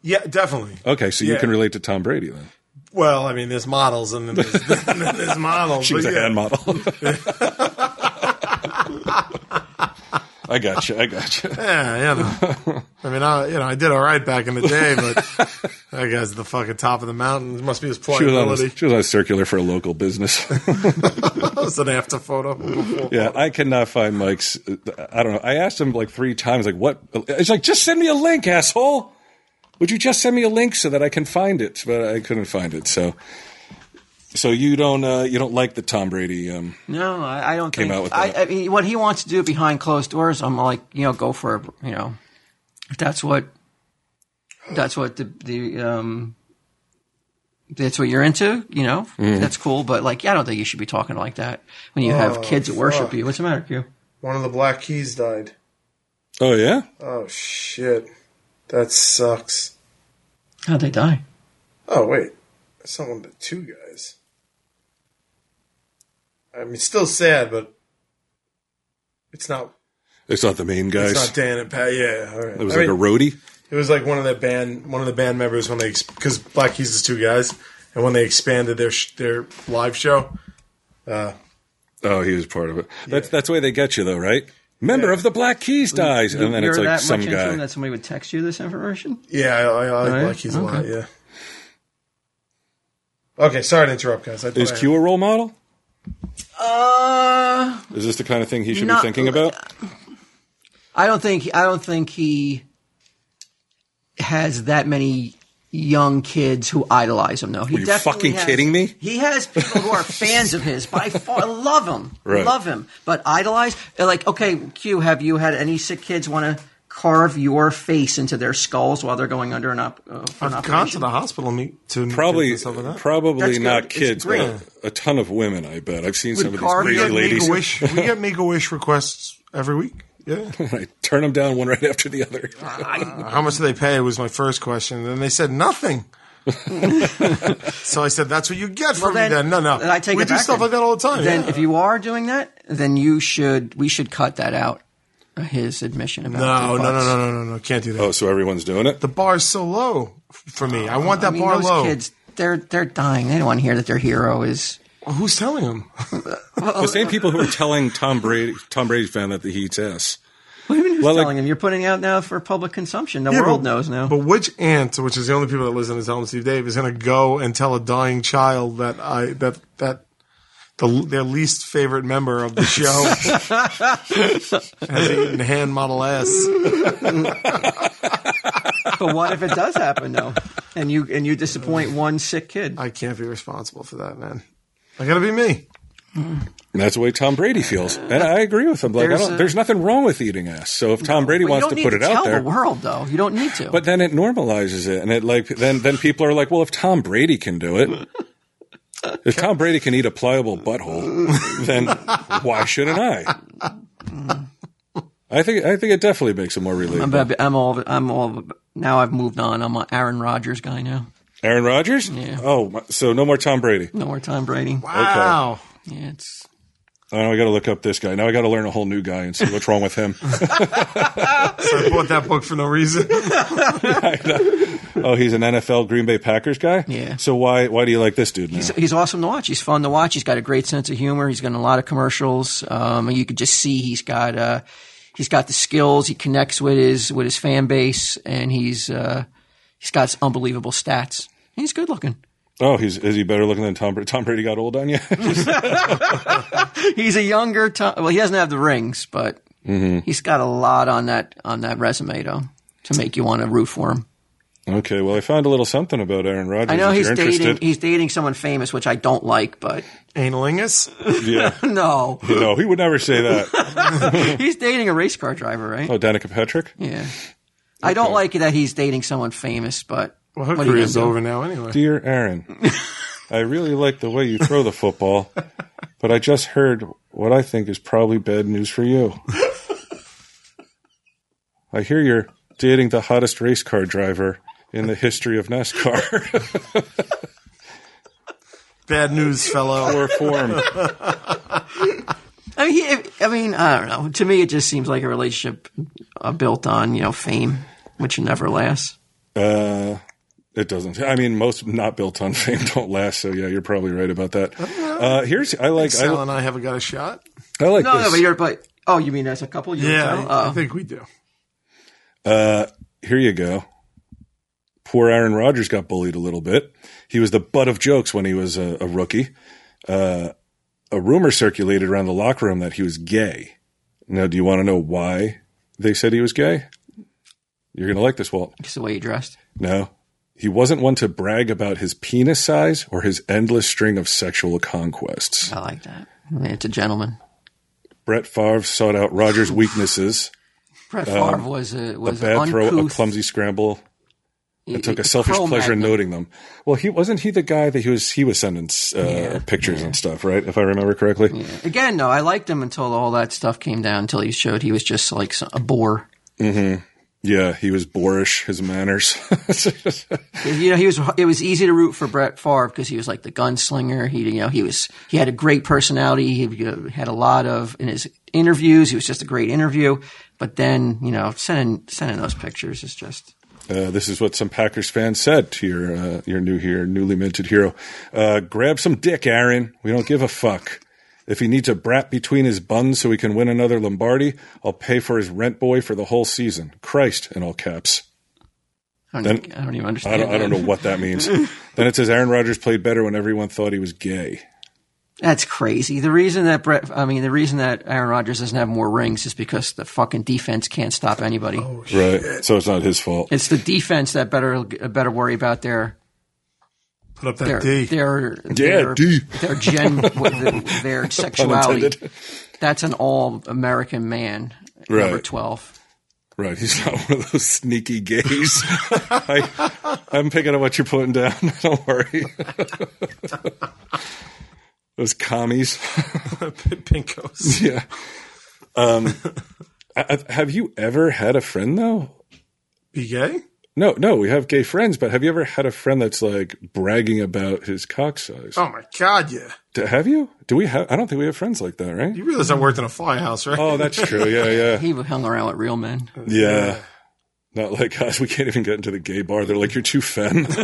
[SPEAKER 3] Yeah, definitely.
[SPEAKER 2] Okay, so you
[SPEAKER 3] Yeah.
[SPEAKER 2] can relate to Tom Brady then.
[SPEAKER 3] Well, I mean, there's models and then there's, [LAUGHS] then there's models.
[SPEAKER 2] She was
[SPEAKER 3] but
[SPEAKER 2] a
[SPEAKER 3] yeah.
[SPEAKER 2] hand [LAUGHS] model. I got you. I got you.
[SPEAKER 3] Yeah, you know. I mean, I you know, I did all right back in the
[SPEAKER 2] [LAUGHS]
[SPEAKER 3] day, but that guy's the fucking top of the mountain. It must be his
[SPEAKER 2] She was, on a,
[SPEAKER 3] pliability.
[SPEAKER 2] she was on a circular for a local business.
[SPEAKER 3] That was an after photo.
[SPEAKER 2] yeah, I cannot find Mike's. I don't know. I asked him like three times, like, what? It's like, just send me a link, asshole. Would you just send me a link so that I can find it? But I couldn't find it. So, so you don't uh, you don't like the Tom Brady? Um,
[SPEAKER 5] no, I, I don't
[SPEAKER 2] Came
[SPEAKER 5] think.
[SPEAKER 2] out with
[SPEAKER 5] I,
[SPEAKER 2] that.
[SPEAKER 5] I mean, what he wants to do behind closed doors, I'm like, you know, go for it. You know, if that's what, that's what the the um, that's what you're into. You know,
[SPEAKER 2] Mm-hmm.
[SPEAKER 5] that's cool. But like, yeah, I don't think you should be talking like that when you have kids that worship you. What's the matter, Q?
[SPEAKER 3] One of the black keys died.
[SPEAKER 2] oh yeah,
[SPEAKER 3] Oh shit. That sucks.
[SPEAKER 5] How'd they die?
[SPEAKER 3] Oh wait. Someone the two guys. I mean still sad, but it's not
[SPEAKER 2] it's not the main guys.
[SPEAKER 3] it's not Dan and Pat. Yeah, all right.
[SPEAKER 2] it was
[SPEAKER 3] I
[SPEAKER 2] like
[SPEAKER 3] mean-
[SPEAKER 2] a roadie.
[SPEAKER 3] It was like one of the band, one of the band members when they because Black Keys is two guys, and when they expanded their sh- their live show,
[SPEAKER 2] Oh, he was part of it. That's that's the way they get you, though, right? Member of the Black Keys dies, and then
[SPEAKER 5] You're
[SPEAKER 2] it's like
[SPEAKER 5] that
[SPEAKER 2] some
[SPEAKER 5] much into him
[SPEAKER 2] guy.
[SPEAKER 5] that somebody would text you this information.
[SPEAKER 3] yeah, I, I, I like
[SPEAKER 5] Right.
[SPEAKER 3] Black Keys a lot.
[SPEAKER 5] Okay.
[SPEAKER 3] Yeah. Okay, sorry to interrupt, guys. I thought
[SPEAKER 2] Is
[SPEAKER 3] I-
[SPEAKER 2] Q a role model?
[SPEAKER 5] Uh,
[SPEAKER 2] Is this the kind of thing he should
[SPEAKER 5] Not-
[SPEAKER 2] be thinking about?
[SPEAKER 5] I don't think I don't think he has that many young kids who idolize him. though. he
[SPEAKER 2] you
[SPEAKER 5] definitely
[SPEAKER 2] fucking
[SPEAKER 5] has-
[SPEAKER 2] kidding me?
[SPEAKER 5] He has
[SPEAKER 2] [LAUGHS]
[SPEAKER 5] people who are fans of his by far. Love him,
[SPEAKER 2] Right.
[SPEAKER 5] love him, but idolize. They're Like, okay, Q, have you had any sick kids want to carve your face into their skulls while they're going under an op? Uh, for an
[SPEAKER 3] I've gone to
[SPEAKER 5] operation?
[SPEAKER 3] the hospital me- to
[SPEAKER 2] Probably,
[SPEAKER 3] some of that.
[SPEAKER 5] That's
[SPEAKER 2] probably
[SPEAKER 5] good.
[SPEAKER 2] not
[SPEAKER 5] It's
[SPEAKER 2] kids,
[SPEAKER 5] great.
[SPEAKER 2] but a ton of women. I bet I've seen some of these
[SPEAKER 5] carving
[SPEAKER 2] crazy
[SPEAKER 5] and
[SPEAKER 2] ladies.
[SPEAKER 3] Make a wish. We get make a wish requests every week. Yeah.
[SPEAKER 2] And [LAUGHS] I turn them down one [LAUGHS] right after the other.
[SPEAKER 3] Uh, How much do they pay? Was my first question. And they said
[SPEAKER 5] [LAUGHS]
[SPEAKER 3] nothing. so I said, "That's what you get from me." Then no, no.
[SPEAKER 5] Then I take
[SPEAKER 3] we
[SPEAKER 5] it
[SPEAKER 3] do
[SPEAKER 5] back
[SPEAKER 3] stuff
[SPEAKER 5] then.
[SPEAKER 3] like that all the time.
[SPEAKER 5] Then
[SPEAKER 3] yeah.
[SPEAKER 5] if you are doing that, then you should we should cut that out. uh, His admission about
[SPEAKER 3] no,
[SPEAKER 5] the
[SPEAKER 3] no, no,
[SPEAKER 5] butts.
[SPEAKER 3] no, no, no, no. Can't do that.
[SPEAKER 2] Oh, so everyone's doing it?
[SPEAKER 3] The bar's so low f- for me. I want that
[SPEAKER 5] I mean,
[SPEAKER 3] bar
[SPEAKER 5] those
[SPEAKER 3] low.
[SPEAKER 5] kids, they're they're dying. They don't want to hear that their hero is.
[SPEAKER 3] Well, who's telling them?
[SPEAKER 2] The same people who are telling Tom Brady, Tom Brady fan that he eats ass.
[SPEAKER 5] What do you mean
[SPEAKER 2] [LAUGHS]
[SPEAKER 5] who's
[SPEAKER 2] Well, like-
[SPEAKER 5] telling him? You're putting out now for public consumption. The
[SPEAKER 3] Yeah,
[SPEAKER 5] world
[SPEAKER 3] but-
[SPEAKER 5] knows now.
[SPEAKER 3] But which aunt, which is the only people that listen to Tell 'Em Steve Dave, is going to go and tell a dying child that I that that the, their least favorite member of the
[SPEAKER 5] [LAUGHS]
[SPEAKER 3] show has eaten hand model ass?
[SPEAKER 5] but what if it does happen though, and you and you disappoint one sick kid?
[SPEAKER 3] I can't be responsible for that, man. I got to be me.
[SPEAKER 2] And that's the way Tom Brady feels. And I agree with him. Like,
[SPEAKER 5] There's
[SPEAKER 2] I don't,
[SPEAKER 5] a-
[SPEAKER 2] there's nothing wrong with eating ass. So if Tom Brady
[SPEAKER 5] But you
[SPEAKER 2] wants
[SPEAKER 5] don't
[SPEAKER 2] to
[SPEAKER 5] need
[SPEAKER 2] put it
[SPEAKER 5] tell
[SPEAKER 2] out there.
[SPEAKER 5] the world though. You don't need to.
[SPEAKER 2] But then it normalizes it, and it like then then people are like, well, if Tom Brady can do it, if Tom Brady can eat a pliable butthole, then why shouldn't I? I think I think it definitely makes it more
[SPEAKER 5] I'm,
[SPEAKER 2] relatable.
[SPEAKER 5] about- I'm all. I'm all. Now I've moved on. I'm an Aaron Rodgers guy now.
[SPEAKER 2] Aaron Rodgers. Oh, my- so no more Tom Brady.
[SPEAKER 5] No more Tom Brady.
[SPEAKER 3] Wow.
[SPEAKER 5] Yeah, it's
[SPEAKER 2] Oh, I got to look up this guy. Now I got to learn a whole new guy and see what's wrong with
[SPEAKER 5] [LAUGHS]
[SPEAKER 2] him.
[SPEAKER 3] So I bought that book for no reason.
[SPEAKER 2] oh, he's an NFL Green Bay Packers guy.
[SPEAKER 5] Yeah.
[SPEAKER 2] So why why do you like this dude now?
[SPEAKER 5] he's, he's awesome to watch. He's fun to watch. He's got a great sense of humor. He's got a lot of commercials. Um, and you could just see he's got uh, he's got the skills. He connects with his with his fan base, and he's uh, he's got unbelievable stats. And he's good looking. [LAUGHS]
[SPEAKER 2] oh, he's is he better looking than Tom Brady? Tom Brady got old on you. [LAUGHS]
[SPEAKER 5] He's a younger Tom. Well, he doesn't have the rings, but
[SPEAKER 2] Mm-hmm.
[SPEAKER 5] he's got a lot on that on that resume though to make you want to root for him.
[SPEAKER 2] okay. Well, I found a little something about Aaron Rodgers.
[SPEAKER 5] I know
[SPEAKER 2] if
[SPEAKER 5] he's
[SPEAKER 2] you're
[SPEAKER 5] dating
[SPEAKER 2] interested.
[SPEAKER 5] he's dating someone famous, which I don't like, but [LAUGHS]
[SPEAKER 3] Analingus?
[SPEAKER 2] Yeah. [LAUGHS]
[SPEAKER 5] no,
[SPEAKER 2] No, he would never say that.
[SPEAKER 5] he's dating a race car driver, right?
[SPEAKER 2] Oh, Danica Patrick?
[SPEAKER 5] Yeah. I don't like that he's dating someone famous, but
[SPEAKER 3] Well, her
[SPEAKER 5] What are you
[SPEAKER 3] career's
[SPEAKER 5] gonna do?
[SPEAKER 3] over now anyway.
[SPEAKER 2] Dear Aaron, I really like the way you throw the football, but I just heard what I think is probably bad news for you. I hear you're dating the hottest race car driver in the history of
[SPEAKER 5] [LAUGHS]
[SPEAKER 2] NASCAR
[SPEAKER 3] Bad news,
[SPEAKER 5] [LAUGHS]
[SPEAKER 3] fellow.
[SPEAKER 2] or form.
[SPEAKER 5] I mean, he, if- I mean, I don't know. To me, it just seems like a relationship uh, built on you know fame, which never lasts.
[SPEAKER 2] Uh, it doesn't. I mean, most not built on fame don't last. So yeah, you're probably right about that.
[SPEAKER 5] Uh-huh.
[SPEAKER 2] Uh, here's I like
[SPEAKER 3] Sal
[SPEAKER 2] I,
[SPEAKER 3] and I haven't got a shot.
[SPEAKER 2] I like
[SPEAKER 5] No,
[SPEAKER 2] this.
[SPEAKER 5] no, but you're but oh, you mean as a couple? You
[SPEAKER 3] Yeah,
[SPEAKER 5] would tell?
[SPEAKER 3] I, I
[SPEAKER 5] Oh.
[SPEAKER 3] think we do.
[SPEAKER 2] Uh, here you go. Poor Aaron Rodgers got bullied a little bit. He was the butt of jokes when he was a, a rookie. Uh, a rumor circulated around the locker room that he was gay. Now, do you want to know why they said he was gay? You're going to like this, Walt.
[SPEAKER 5] just the way he dressed.
[SPEAKER 2] No. He wasn't one to brag about his penis size or his endless string of sexual conquests.
[SPEAKER 5] I like that. I mean, it's a gentleman.
[SPEAKER 2] Brett Favre sought out Rodgers' weaknesses
[SPEAKER 5] Brett Favre was a was an
[SPEAKER 2] bad
[SPEAKER 5] uncouth. e-,
[SPEAKER 2] throw, a clumsy scramble,
[SPEAKER 5] I
[SPEAKER 2] took a selfish pleasure in noting them. Well, he wasn't he the guy that he was he was sending uh, pictures and stuff, right? If I remember correctly.
[SPEAKER 5] Again, no, I liked him until all that stuff came down. Until he showed he was just like so- a bore.
[SPEAKER 2] Yeah, he was boorish. His manners. [LAUGHS]
[SPEAKER 5] You know, he was. It was easy to root for Brett Favre because he was like the gunslinger. He, you know, he was. He had a great personality. He uh, had a lot of in his interviews. He was just a great interview. But then, you know, sending sending those pictures is just.
[SPEAKER 2] Uh, this is what some Packers fans said to your uh, your new here newly minted hero. Uh, grab some dick, Aaron. We don't give a fuck. If he needs a brat between his buns so he can win another Lombardi, I'll pay for his rent boy for the whole season. Christ, in all caps.
[SPEAKER 5] I don't, e,
[SPEAKER 2] Then-
[SPEAKER 5] I don't even
[SPEAKER 2] I
[SPEAKER 5] understand.
[SPEAKER 2] don't, I don't
[SPEAKER 5] that.
[SPEAKER 2] know what that means. then it says Aaron Rodgers played better when everyone thought he was gay.
[SPEAKER 5] That's crazy. The reason that Brett, I mean, the reason that Aaron Rodgers doesn't have more rings is because the fucking defense can't stop anybody.
[SPEAKER 2] Right. So it's not his fault.
[SPEAKER 5] It's the defense that better better worry about their
[SPEAKER 3] Put up
[SPEAKER 5] their
[SPEAKER 3] that D.
[SPEAKER 5] their
[SPEAKER 2] Yeah,
[SPEAKER 5] their,
[SPEAKER 2] D.
[SPEAKER 5] their gen [LAUGHS] with their sexuality.
[SPEAKER 2] intended.
[SPEAKER 5] That's an all American man, number
[SPEAKER 2] Right.
[SPEAKER 5] twelve.
[SPEAKER 2] Right. He's not one of those sneaky gays. [LAUGHS] I, I'm picking up what you're putting down. [LAUGHS] Don't worry. those commies.
[SPEAKER 3] [LAUGHS]
[SPEAKER 2] [LAUGHS]
[SPEAKER 3] Pinkos.
[SPEAKER 2] yeah. Um, I, I- have you ever had a friend though?
[SPEAKER 3] Be gay?
[SPEAKER 2] No, no, we have gay friends, but have you ever had a friend that's like bragging about his cock size?
[SPEAKER 3] Oh my god, yeah.
[SPEAKER 2] D- have you? Do we have? I don't think we have friends like that, right?
[SPEAKER 3] You realize I worked in a fly house, right?
[SPEAKER 2] Oh, that's true. Yeah, yeah,
[SPEAKER 5] He hung around with real men.
[SPEAKER 2] yeah. Not like us. We can't even get into the gay bar. They're like, you're too femme. [LAUGHS]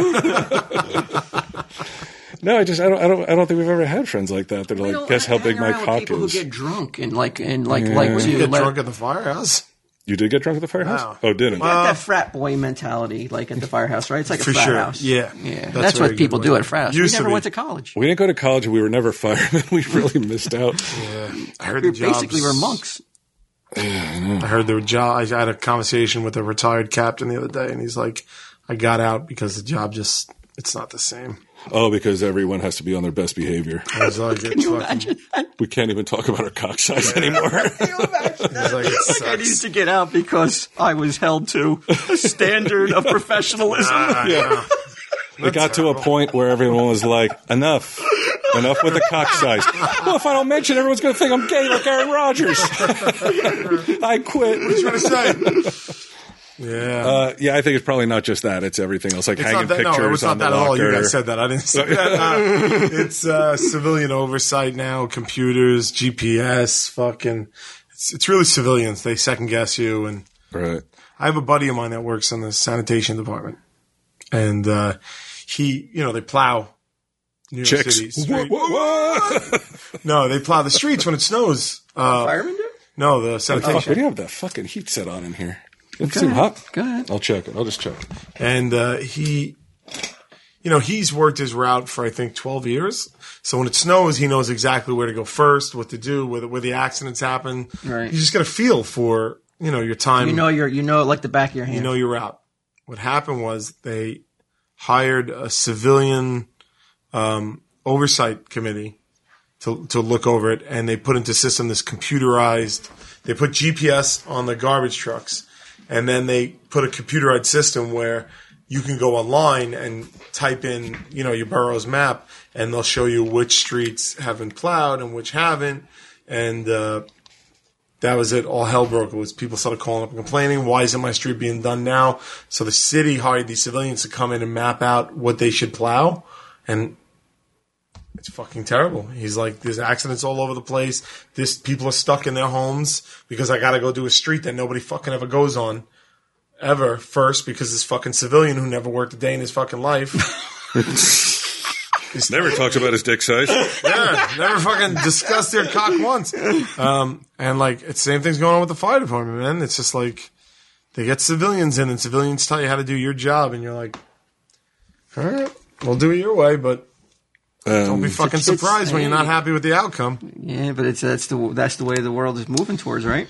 [SPEAKER 2] no, I just, I don't, I don't, I don't think we've ever had friends like that. They're like, guess how big my cock
[SPEAKER 5] people
[SPEAKER 2] is.
[SPEAKER 5] Who get drunk and like and like like
[SPEAKER 3] you
[SPEAKER 5] to
[SPEAKER 3] get
[SPEAKER 5] like,
[SPEAKER 3] drunk at the firehouse?
[SPEAKER 2] you did get drunk at the firehouse?
[SPEAKER 3] Wow.
[SPEAKER 2] Oh, didn't?
[SPEAKER 5] like that frat boy mentality, like at the firehouse, right? It's like a
[SPEAKER 3] For
[SPEAKER 5] frat
[SPEAKER 3] sure.
[SPEAKER 5] house.
[SPEAKER 3] Yeah.
[SPEAKER 5] yeah.
[SPEAKER 3] That's
[SPEAKER 5] That's,
[SPEAKER 3] a very
[SPEAKER 5] what
[SPEAKER 3] good
[SPEAKER 5] people
[SPEAKER 3] way.
[SPEAKER 5] do at frats. We
[SPEAKER 3] Used to
[SPEAKER 5] never
[SPEAKER 3] be.
[SPEAKER 5] went to college.
[SPEAKER 2] we didn't go to college. We were never firemen. [LAUGHS] We really missed out.
[SPEAKER 3] I heard
[SPEAKER 5] We
[SPEAKER 3] the jobs-
[SPEAKER 5] basically were monks. [LAUGHS]
[SPEAKER 3] I heard the job. I had a conversation with a retired captain the other day, and he's like, "I got out because the job just." It's not the same.
[SPEAKER 2] Oh, because everyone has to be on their best behavior.
[SPEAKER 3] I was
[SPEAKER 5] [LAUGHS]
[SPEAKER 3] like,
[SPEAKER 5] Can
[SPEAKER 3] it's
[SPEAKER 5] you
[SPEAKER 3] fucking-
[SPEAKER 5] imagine?
[SPEAKER 2] We can't even talk about our cock size anymore.
[SPEAKER 5] Can you imagine that? Like,
[SPEAKER 3] like, it
[SPEAKER 5] I
[SPEAKER 3] sucks.
[SPEAKER 5] needed to get out because I was held to a standard
[SPEAKER 3] [LAUGHS]
[SPEAKER 5] of professionalism.
[SPEAKER 3] [LAUGHS] I
[SPEAKER 2] [LAUGHS]
[SPEAKER 3] know.
[SPEAKER 2] It got to a point where everyone was like, enough. Enough with the cock size. Well, if I don't mention, everyone's going to think I'm gay like Aaron Rodgers. [LAUGHS] I quit.
[SPEAKER 3] What you trying
[SPEAKER 2] [LAUGHS]
[SPEAKER 3] to say? Yeah.
[SPEAKER 2] Uh, yeah, I think it's probably not just that. It's everything else, like
[SPEAKER 3] It's
[SPEAKER 2] hanging
[SPEAKER 3] not that,
[SPEAKER 2] pictures
[SPEAKER 3] no, it was
[SPEAKER 2] on
[SPEAKER 3] not
[SPEAKER 2] the
[SPEAKER 3] that at all.
[SPEAKER 2] locker.
[SPEAKER 3] You guys said that. I didn't say that. Uh,
[SPEAKER 2] [LAUGHS]
[SPEAKER 3] it's uh, civilian oversight now, computers, GPS, fucking. It's, it's really civilians. They second guess you. And
[SPEAKER 2] Right.
[SPEAKER 3] I have a buddy of mine that works in the sanitation department. And uh, he, you know, they plow New York City.
[SPEAKER 2] Chicks. Wha-
[SPEAKER 3] street-
[SPEAKER 2] wha- what?
[SPEAKER 3] No, they plow the streets when it snows. Uh,
[SPEAKER 5] Fireman do?
[SPEAKER 3] no,
[SPEAKER 5] Oh,
[SPEAKER 3] the sanitation.
[SPEAKER 2] Fuck, we Oh, do have that fucking heat set on in here. It's too hot.
[SPEAKER 5] Go ahead.
[SPEAKER 2] I'll check it. I'll just check.
[SPEAKER 3] and uh, he, you know, he's worked his route for I think twelve years. So when it snows, he knows exactly where to go first, what to do, where the, where the accidents happen.
[SPEAKER 5] Right.
[SPEAKER 3] You just got a feel for you know your time.
[SPEAKER 5] You know your you know it like the back of your hand.
[SPEAKER 3] you know your route. What happened was they hired a civilian um, oversight committee to to look over it, and they put into system this computerized. They put GPS on the garbage trucks, and then they put a computerized system where you can go online and type in you know your borough's map, and they'll show you which streets have been plowed and which haven't, and uh, that was it. All hell broke loose. People started calling up and complaining. Why isn't my street being done now? So the city hired these civilians to come in and map out what they should plow, and it's fucking terrible. He's like, there's accidents all over the place. This people are stuck in their homes because I got to go do a street that nobody fucking ever goes on, ever first because this fucking civilian who never worked a day in his fucking life.
[SPEAKER 2] Never talks about his dick size. [LAUGHS]
[SPEAKER 3] Yeah, never fucking discussed their cock once. Um, and like, it's the same thing's going on with the fire department, man. It's just like they get civilians in, and civilians tell you how to do your job, and you're like, all right, we'll do it your way, but
[SPEAKER 2] Um,
[SPEAKER 3] don't be fucking
[SPEAKER 5] it's- it's-
[SPEAKER 3] surprised when you're not happy with the outcome.
[SPEAKER 5] Yeah, but it's that's the that's the way the world is moving towards, right?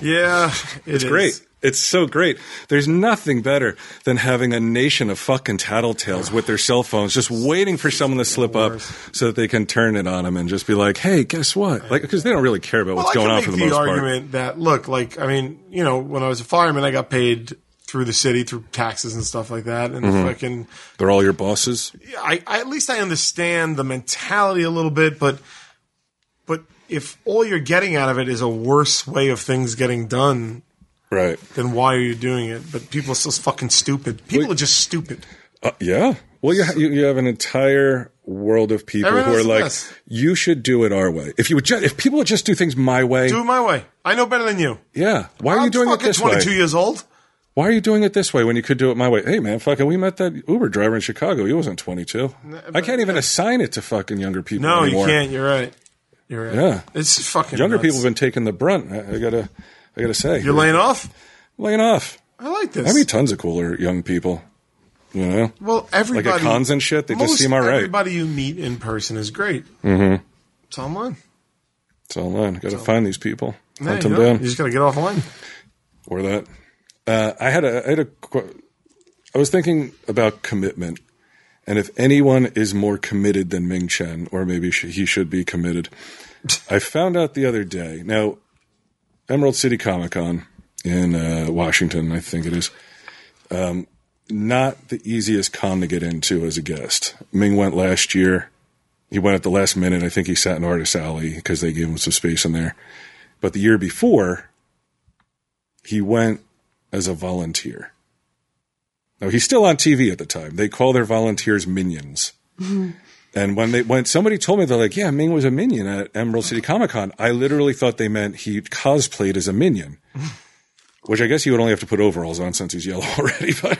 [SPEAKER 3] Yeah, it's
[SPEAKER 2] great. It's so great. There's nothing better than having a nation of fucking tattletales with their cell phones just waiting for someone to slip up so that they can turn it on them and just be like, hey, guess what? Like, because they don't really care about what's
[SPEAKER 3] Well,
[SPEAKER 2] going
[SPEAKER 3] I
[SPEAKER 2] on
[SPEAKER 3] can
[SPEAKER 2] for the
[SPEAKER 3] make
[SPEAKER 2] most part.
[SPEAKER 3] argument that look, like I mean, you know, when I was a fireman, I got paid through the city through taxes and stuff like that, and
[SPEAKER 2] Mm-hmm.
[SPEAKER 3] fucking
[SPEAKER 2] They're all your bosses.
[SPEAKER 3] I, I at least I understand the mentality a little bit, but but if all you're getting out of it is a worse way of things getting done,
[SPEAKER 2] Right.
[SPEAKER 3] then why are you doing it? But people are still fucking stupid. People are just stupid.
[SPEAKER 2] Uh, yeah. Well, you, ha- you you have an entire world of people who are
[SPEAKER 3] Everyone's
[SPEAKER 2] like,
[SPEAKER 3] yes.
[SPEAKER 2] you should do it our way. If you would ju- if people would just do things my way,
[SPEAKER 3] Do it my way. I know better than you.
[SPEAKER 2] yeah. Why are
[SPEAKER 3] I'm
[SPEAKER 2] you doing it
[SPEAKER 3] fucking
[SPEAKER 2] this
[SPEAKER 3] 22
[SPEAKER 2] way?
[SPEAKER 3] years old.
[SPEAKER 2] Why are you doing it this way when you could do it my way? Hey, man, fucking, we met that Uber driver in Chicago. He wasn't 22. I can't even assign it to fucking younger people
[SPEAKER 3] No,
[SPEAKER 2] anymore.
[SPEAKER 3] you can't. You're right. You're right.
[SPEAKER 2] Yeah.
[SPEAKER 3] It's fucking
[SPEAKER 2] Younger
[SPEAKER 3] nuts.
[SPEAKER 2] people have been taking the brunt. I, I gotta, I gotta say,
[SPEAKER 3] You're laying off.
[SPEAKER 2] laying off.
[SPEAKER 3] I like this.
[SPEAKER 2] I meet tons of cooler young people. You know,
[SPEAKER 3] well,
[SPEAKER 2] like
[SPEAKER 3] everybody
[SPEAKER 2] at cons and shit, they just
[SPEAKER 3] most
[SPEAKER 2] seem all right. Mm-hmm.
[SPEAKER 3] Everybody you meet in person is great. It's online.
[SPEAKER 2] It's online. Gotta find these people,
[SPEAKER 3] Yeah,
[SPEAKER 2] hunt
[SPEAKER 3] you,
[SPEAKER 2] them
[SPEAKER 3] know,
[SPEAKER 2] down.
[SPEAKER 3] you just gotta get offline.
[SPEAKER 2] or that. Uh, I had a, I had a, qu- I was thinking about commitment, and if anyone is more committed than Ming Chen, or maybe sh- he should be committed. I found out the other day. Now, Emerald City Comic Con in uh, Washington, I think it is, um, not the easiest con to get into as a guest. Ming went last year. He went at the last minute. I think he sat in Artist Alley because they gave him some space in there. But the year before, He went as a volunteer. Now he's still on TV at the time. They call their volunteers minions. And when they when somebody told me they're like, yeah, Ming was a minion at Emerald City Comic Con, I literally thought they meant he cosplayed as a minion. Which I guess he would only have to put overalls on since he's yellow [LAUGHS] already, but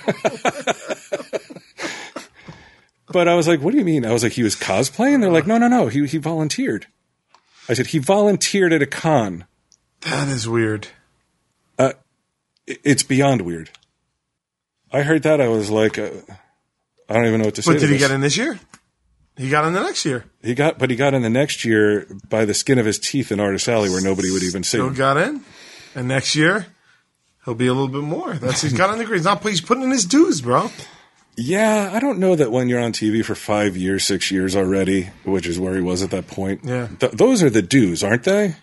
[SPEAKER 2] But I was like, what do you mean? I was like, he was cosplaying? They're like, no, no, no, he he volunteered. I said, he volunteered at a con.
[SPEAKER 3] That is weird.
[SPEAKER 2] Uh, I- It's beyond weird. I heard that. I was like, uh, I don't even know what to say.
[SPEAKER 3] But
[SPEAKER 2] to
[SPEAKER 3] did he
[SPEAKER 2] this.
[SPEAKER 3] get in this year? He got in the next year.
[SPEAKER 2] He got, but he got in the next year by the skin of his teeth in Artist Alley, where nobody would even see
[SPEAKER 3] Still
[SPEAKER 2] him.
[SPEAKER 3] got in. And next year, he'll be a little bit more. That's he's got in the grades. Not he's putting in his dues, bro.
[SPEAKER 2] Yeah, I don't know that when you're on TV for five years, six years already, which is where he was at that point.
[SPEAKER 3] Yeah.
[SPEAKER 2] th- those are the dues, aren't they?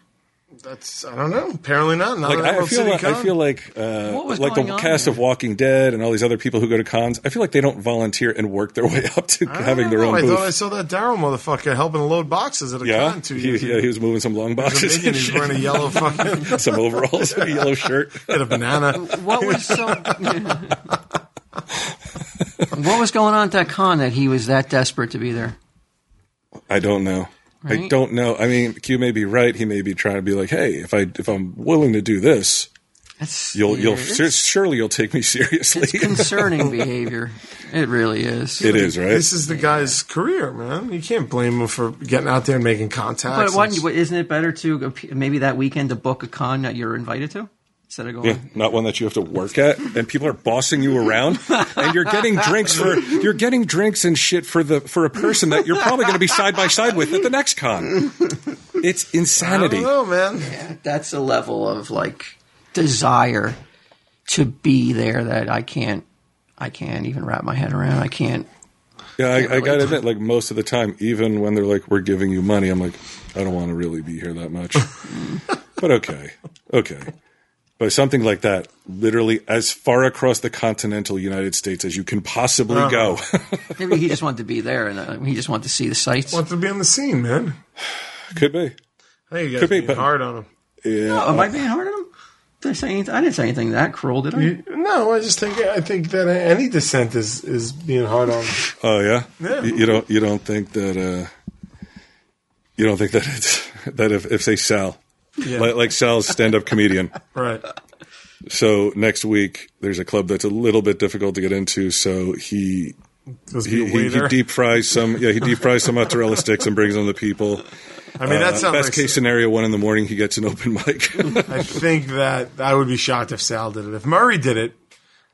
[SPEAKER 3] That's I don't know. Apparently not. Not
[SPEAKER 2] Like
[SPEAKER 3] at
[SPEAKER 2] I,
[SPEAKER 3] Emerald
[SPEAKER 2] feel
[SPEAKER 3] City
[SPEAKER 2] like I
[SPEAKER 3] Con.
[SPEAKER 2] feel like uh,
[SPEAKER 5] What was
[SPEAKER 2] like the
[SPEAKER 5] going on
[SPEAKER 2] cast of Walking Dead and all these other people who go to cons. I feel like they don't volunteer and work their [LAUGHS] way up to
[SPEAKER 3] I
[SPEAKER 2] having
[SPEAKER 3] don't
[SPEAKER 2] their
[SPEAKER 3] know.
[SPEAKER 2] own
[SPEAKER 3] I
[SPEAKER 2] booth.
[SPEAKER 3] thought I saw that Daryl motherfucker helping load boxes at a
[SPEAKER 2] yeah,
[SPEAKER 3] con two
[SPEAKER 2] he,
[SPEAKER 3] years
[SPEAKER 2] yeah, he was moving some long boxes.
[SPEAKER 3] Dominion,
[SPEAKER 2] and [LAUGHS]
[SPEAKER 3] he's
[SPEAKER 2] shit.
[SPEAKER 3] wearing a yellow fucking
[SPEAKER 2] some overalls, a yellow [LAUGHS] shirt.
[SPEAKER 3] and a banana.
[SPEAKER 5] What was [LAUGHS] so? what was going on at that con that he was that desperate to be there?
[SPEAKER 2] I don't know. I
[SPEAKER 5] Right.
[SPEAKER 2] don't know. I mean, Q may be right. He may be trying to be like, "Hey, if I if I'm willing to do this,
[SPEAKER 5] That's
[SPEAKER 2] you'll you'll
[SPEAKER 5] it's
[SPEAKER 2] sur- surely you'll take me [LAUGHS] seriously."
[SPEAKER 5] concerning behavior. It really is.
[SPEAKER 2] it is [LAUGHS] right.
[SPEAKER 3] This is the guy's career, man. You can't blame him for getting out there and making contacts.
[SPEAKER 5] But why
[SPEAKER 3] and-
[SPEAKER 5] don't you- isn't it better to go p- maybe that weekend to book a con that you're invited to instead of going?
[SPEAKER 2] Yeah, not one that you have to work at, and people are bossing you around, and you're getting drinks for you're getting drinks and shit for the for a person that you're probably going to be side by side with at the next con. It's
[SPEAKER 3] I
[SPEAKER 2] insanity.
[SPEAKER 3] don't know, man.
[SPEAKER 5] That's a level of like desire to be there that I can't. I can't even wrap my head around. I can't.
[SPEAKER 2] Yeah, I, I
[SPEAKER 5] relate.
[SPEAKER 2] gotta admit, like most of the time, even when they're like, "We're giving you money," I'm like, "I don't want to really be here that much." but okay, okay. But something like that, literally as far across the continental United States as you can possibly go. [LAUGHS]
[SPEAKER 5] Maybe he just wanted to be there, and uh, he just wanted to see the sights.
[SPEAKER 3] Want to be on the scene, man.
[SPEAKER 2] Could be.
[SPEAKER 3] I think you guys
[SPEAKER 2] Could be,
[SPEAKER 3] being
[SPEAKER 2] but-
[SPEAKER 3] hard on him.
[SPEAKER 5] Oh, am I being hard on him? Did I say anything? I didn't say anything that cruel, did I?
[SPEAKER 3] You- No, I just think I think that any dissent is is being hard on.
[SPEAKER 2] Oh yeah.
[SPEAKER 3] Yeah.
[SPEAKER 2] You, you don't. You don't think that. uh You don't think that it's [LAUGHS] that if if say Sal, like, like Sal's stand up comedian.
[SPEAKER 3] Right.
[SPEAKER 2] So next week there's a club that's a little bit difficult to get into. So he
[SPEAKER 3] Supposed to be
[SPEAKER 2] he,
[SPEAKER 3] a
[SPEAKER 2] he, he
[SPEAKER 3] waiter.
[SPEAKER 2] deep fries some yeah he deep fries some mozzarella sticks and brings them to people.
[SPEAKER 3] I mean, that
[SPEAKER 2] Uh,
[SPEAKER 3] sounds
[SPEAKER 2] best
[SPEAKER 3] like
[SPEAKER 2] case scenario one in the morning he gets an open mic. [LAUGHS]
[SPEAKER 3] I think that I would be shocked if Sal did it. If Murray did it,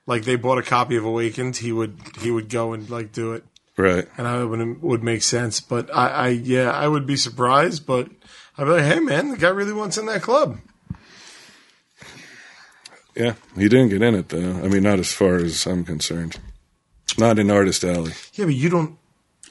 [SPEAKER 3] like they bought a copy of Awakened, he would he would go and like do it,
[SPEAKER 2] right.
[SPEAKER 3] and I would would make sense. But I, I yeah, I would be surprised, but I'd be like, hey man, the guy really wants in that club.
[SPEAKER 2] Yeah. He didn't get in it though. I mean not as far as I'm concerned. Not in Artist Alley.
[SPEAKER 3] Yeah, but you don't.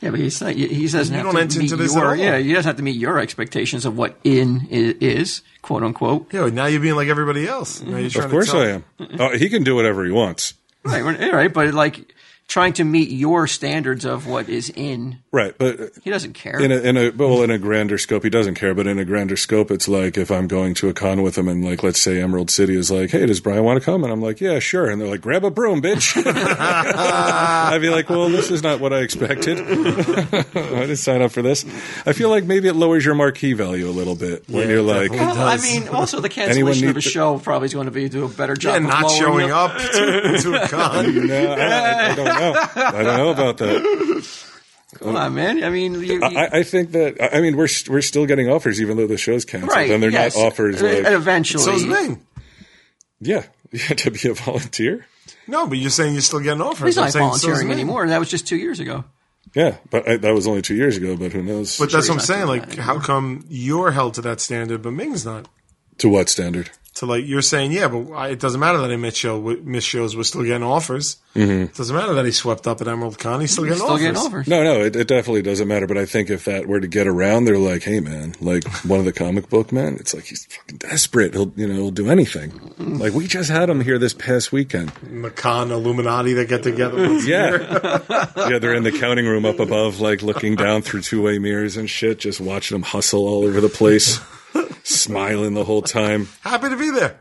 [SPEAKER 5] Yeah, but he's not, he- he doesn't
[SPEAKER 3] You
[SPEAKER 5] have
[SPEAKER 3] don't
[SPEAKER 5] to
[SPEAKER 3] enter
[SPEAKER 5] meet
[SPEAKER 3] into this at
[SPEAKER 5] your
[SPEAKER 3] all.
[SPEAKER 5] yeah. He doesn't have to meet your expectations of what in i- is quote
[SPEAKER 3] [LAUGHS]
[SPEAKER 5] unquote.
[SPEAKER 3] Yeah, but now you're being like everybody else. Now you're trying
[SPEAKER 2] Of course
[SPEAKER 3] to tell,
[SPEAKER 2] I am. Uh, he can do whatever he wants.
[SPEAKER 5] Right, right, right, but like trying to meet your standards of what is in,
[SPEAKER 2] Right, but uh,
[SPEAKER 5] he doesn't care.
[SPEAKER 2] in a in a but, well in a grander scope he doesn't care, but in a grander scope it's like if I'm going to a con with him and like let's say Emerald City is like, hey, does Brian want to come? And I'm like, yeah, sure. And they're like, grab a broom, bitch. [LAUGHS] I'd be like, well, this is not what I expected. [LAUGHS] I didn't sign up for this. I feel like maybe it lowers your marquee value a little bit when
[SPEAKER 3] Yeah,
[SPEAKER 2] you're like,
[SPEAKER 3] definitely.
[SPEAKER 5] well, I
[SPEAKER 3] does.
[SPEAKER 5] mean, also the
[SPEAKER 3] [LAUGHS]
[SPEAKER 5] cancellation
[SPEAKER 2] need
[SPEAKER 5] of a
[SPEAKER 2] to-
[SPEAKER 5] show probably is going to be do a better job.
[SPEAKER 3] Yeah,
[SPEAKER 5] of
[SPEAKER 3] not
[SPEAKER 5] lowering
[SPEAKER 3] showing
[SPEAKER 5] it.
[SPEAKER 3] up to, to a
[SPEAKER 2] [LAUGHS]
[SPEAKER 3] con.
[SPEAKER 2] no, I, I don't know. I don't know about that.
[SPEAKER 5] [LAUGHS] Come on, man. I mean, you, you-
[SPEAKER 2] I, I think that I- I mean we're st- we're still getting offers even though the show's canceled
[SPEAKER 5] right?
[SPEAKER 2] and they're
[SPEAKER 5] yes. Uh,
[SPEAKER 2] not offers
[SPEAKER 5] And
[SPEAKER 2] like
[SPEAKER 5] eventually,
[SPEAKER 3] So is Ming.
[SPEAKER 2] yeah [LAUGHS] you had to be a volunteer
[SPEAKER 3] No, but you're saying you're still getting offers.
[SPEAKER 5] he's
[SPEAKER 3] I'm
[SPEAKER 5] not
[SPEAKER 3] saying so is
[SPEAKER 5] volunteering
[SPEAKER 3] Ming.
[SPEAKER 5] anymore. That was just two years ago.
[SPEAKER 2] yeah but I, that was only two years ago but who knows
[SPEAKER 3] But that's
[SPEAKER 5] Sure,
[SPEAKER 3] what
[SPEAKER 5] he's
[SPEAKER 3] I'm
[SPEAKER 5] not
[SPEAKER 3] saying.
[SPEAKER 5] doing
[SPEAKER 3] Like,
[SPEAKER 5] that
[SPEAKER 3] how come you're held to that standard, but Ming's not?
[SPEAKER 2] to what standard
[SPEAKER 3] So like you're saying, yeah, but I, it doesn't matter that I missed show, missed shows. We're still getting offers. It doesn't matter that he swept up at Emerald Con. He's still getting
[SPEAKER 5] Still
[SPEAKER 3] offers.
[SPEAKER 5] getting offers.
[SPEAKER 2] no no it, it definitely doesn't matter but I think if that were to get around they're like hey man like one of the comic book men it's like he's fucking desperate he'll you know he'll do anything like we just had him here this past weekend
[SPEAKER 3] And the con Illuminati that get together.
[SPEAKER 2] Yeah. yeah, they're in the counting room up above, like looking down through two way mirrors and shit, just watching them hustle all over the place, smiling the whole time.
[SPEAKER 3] Happy to be there.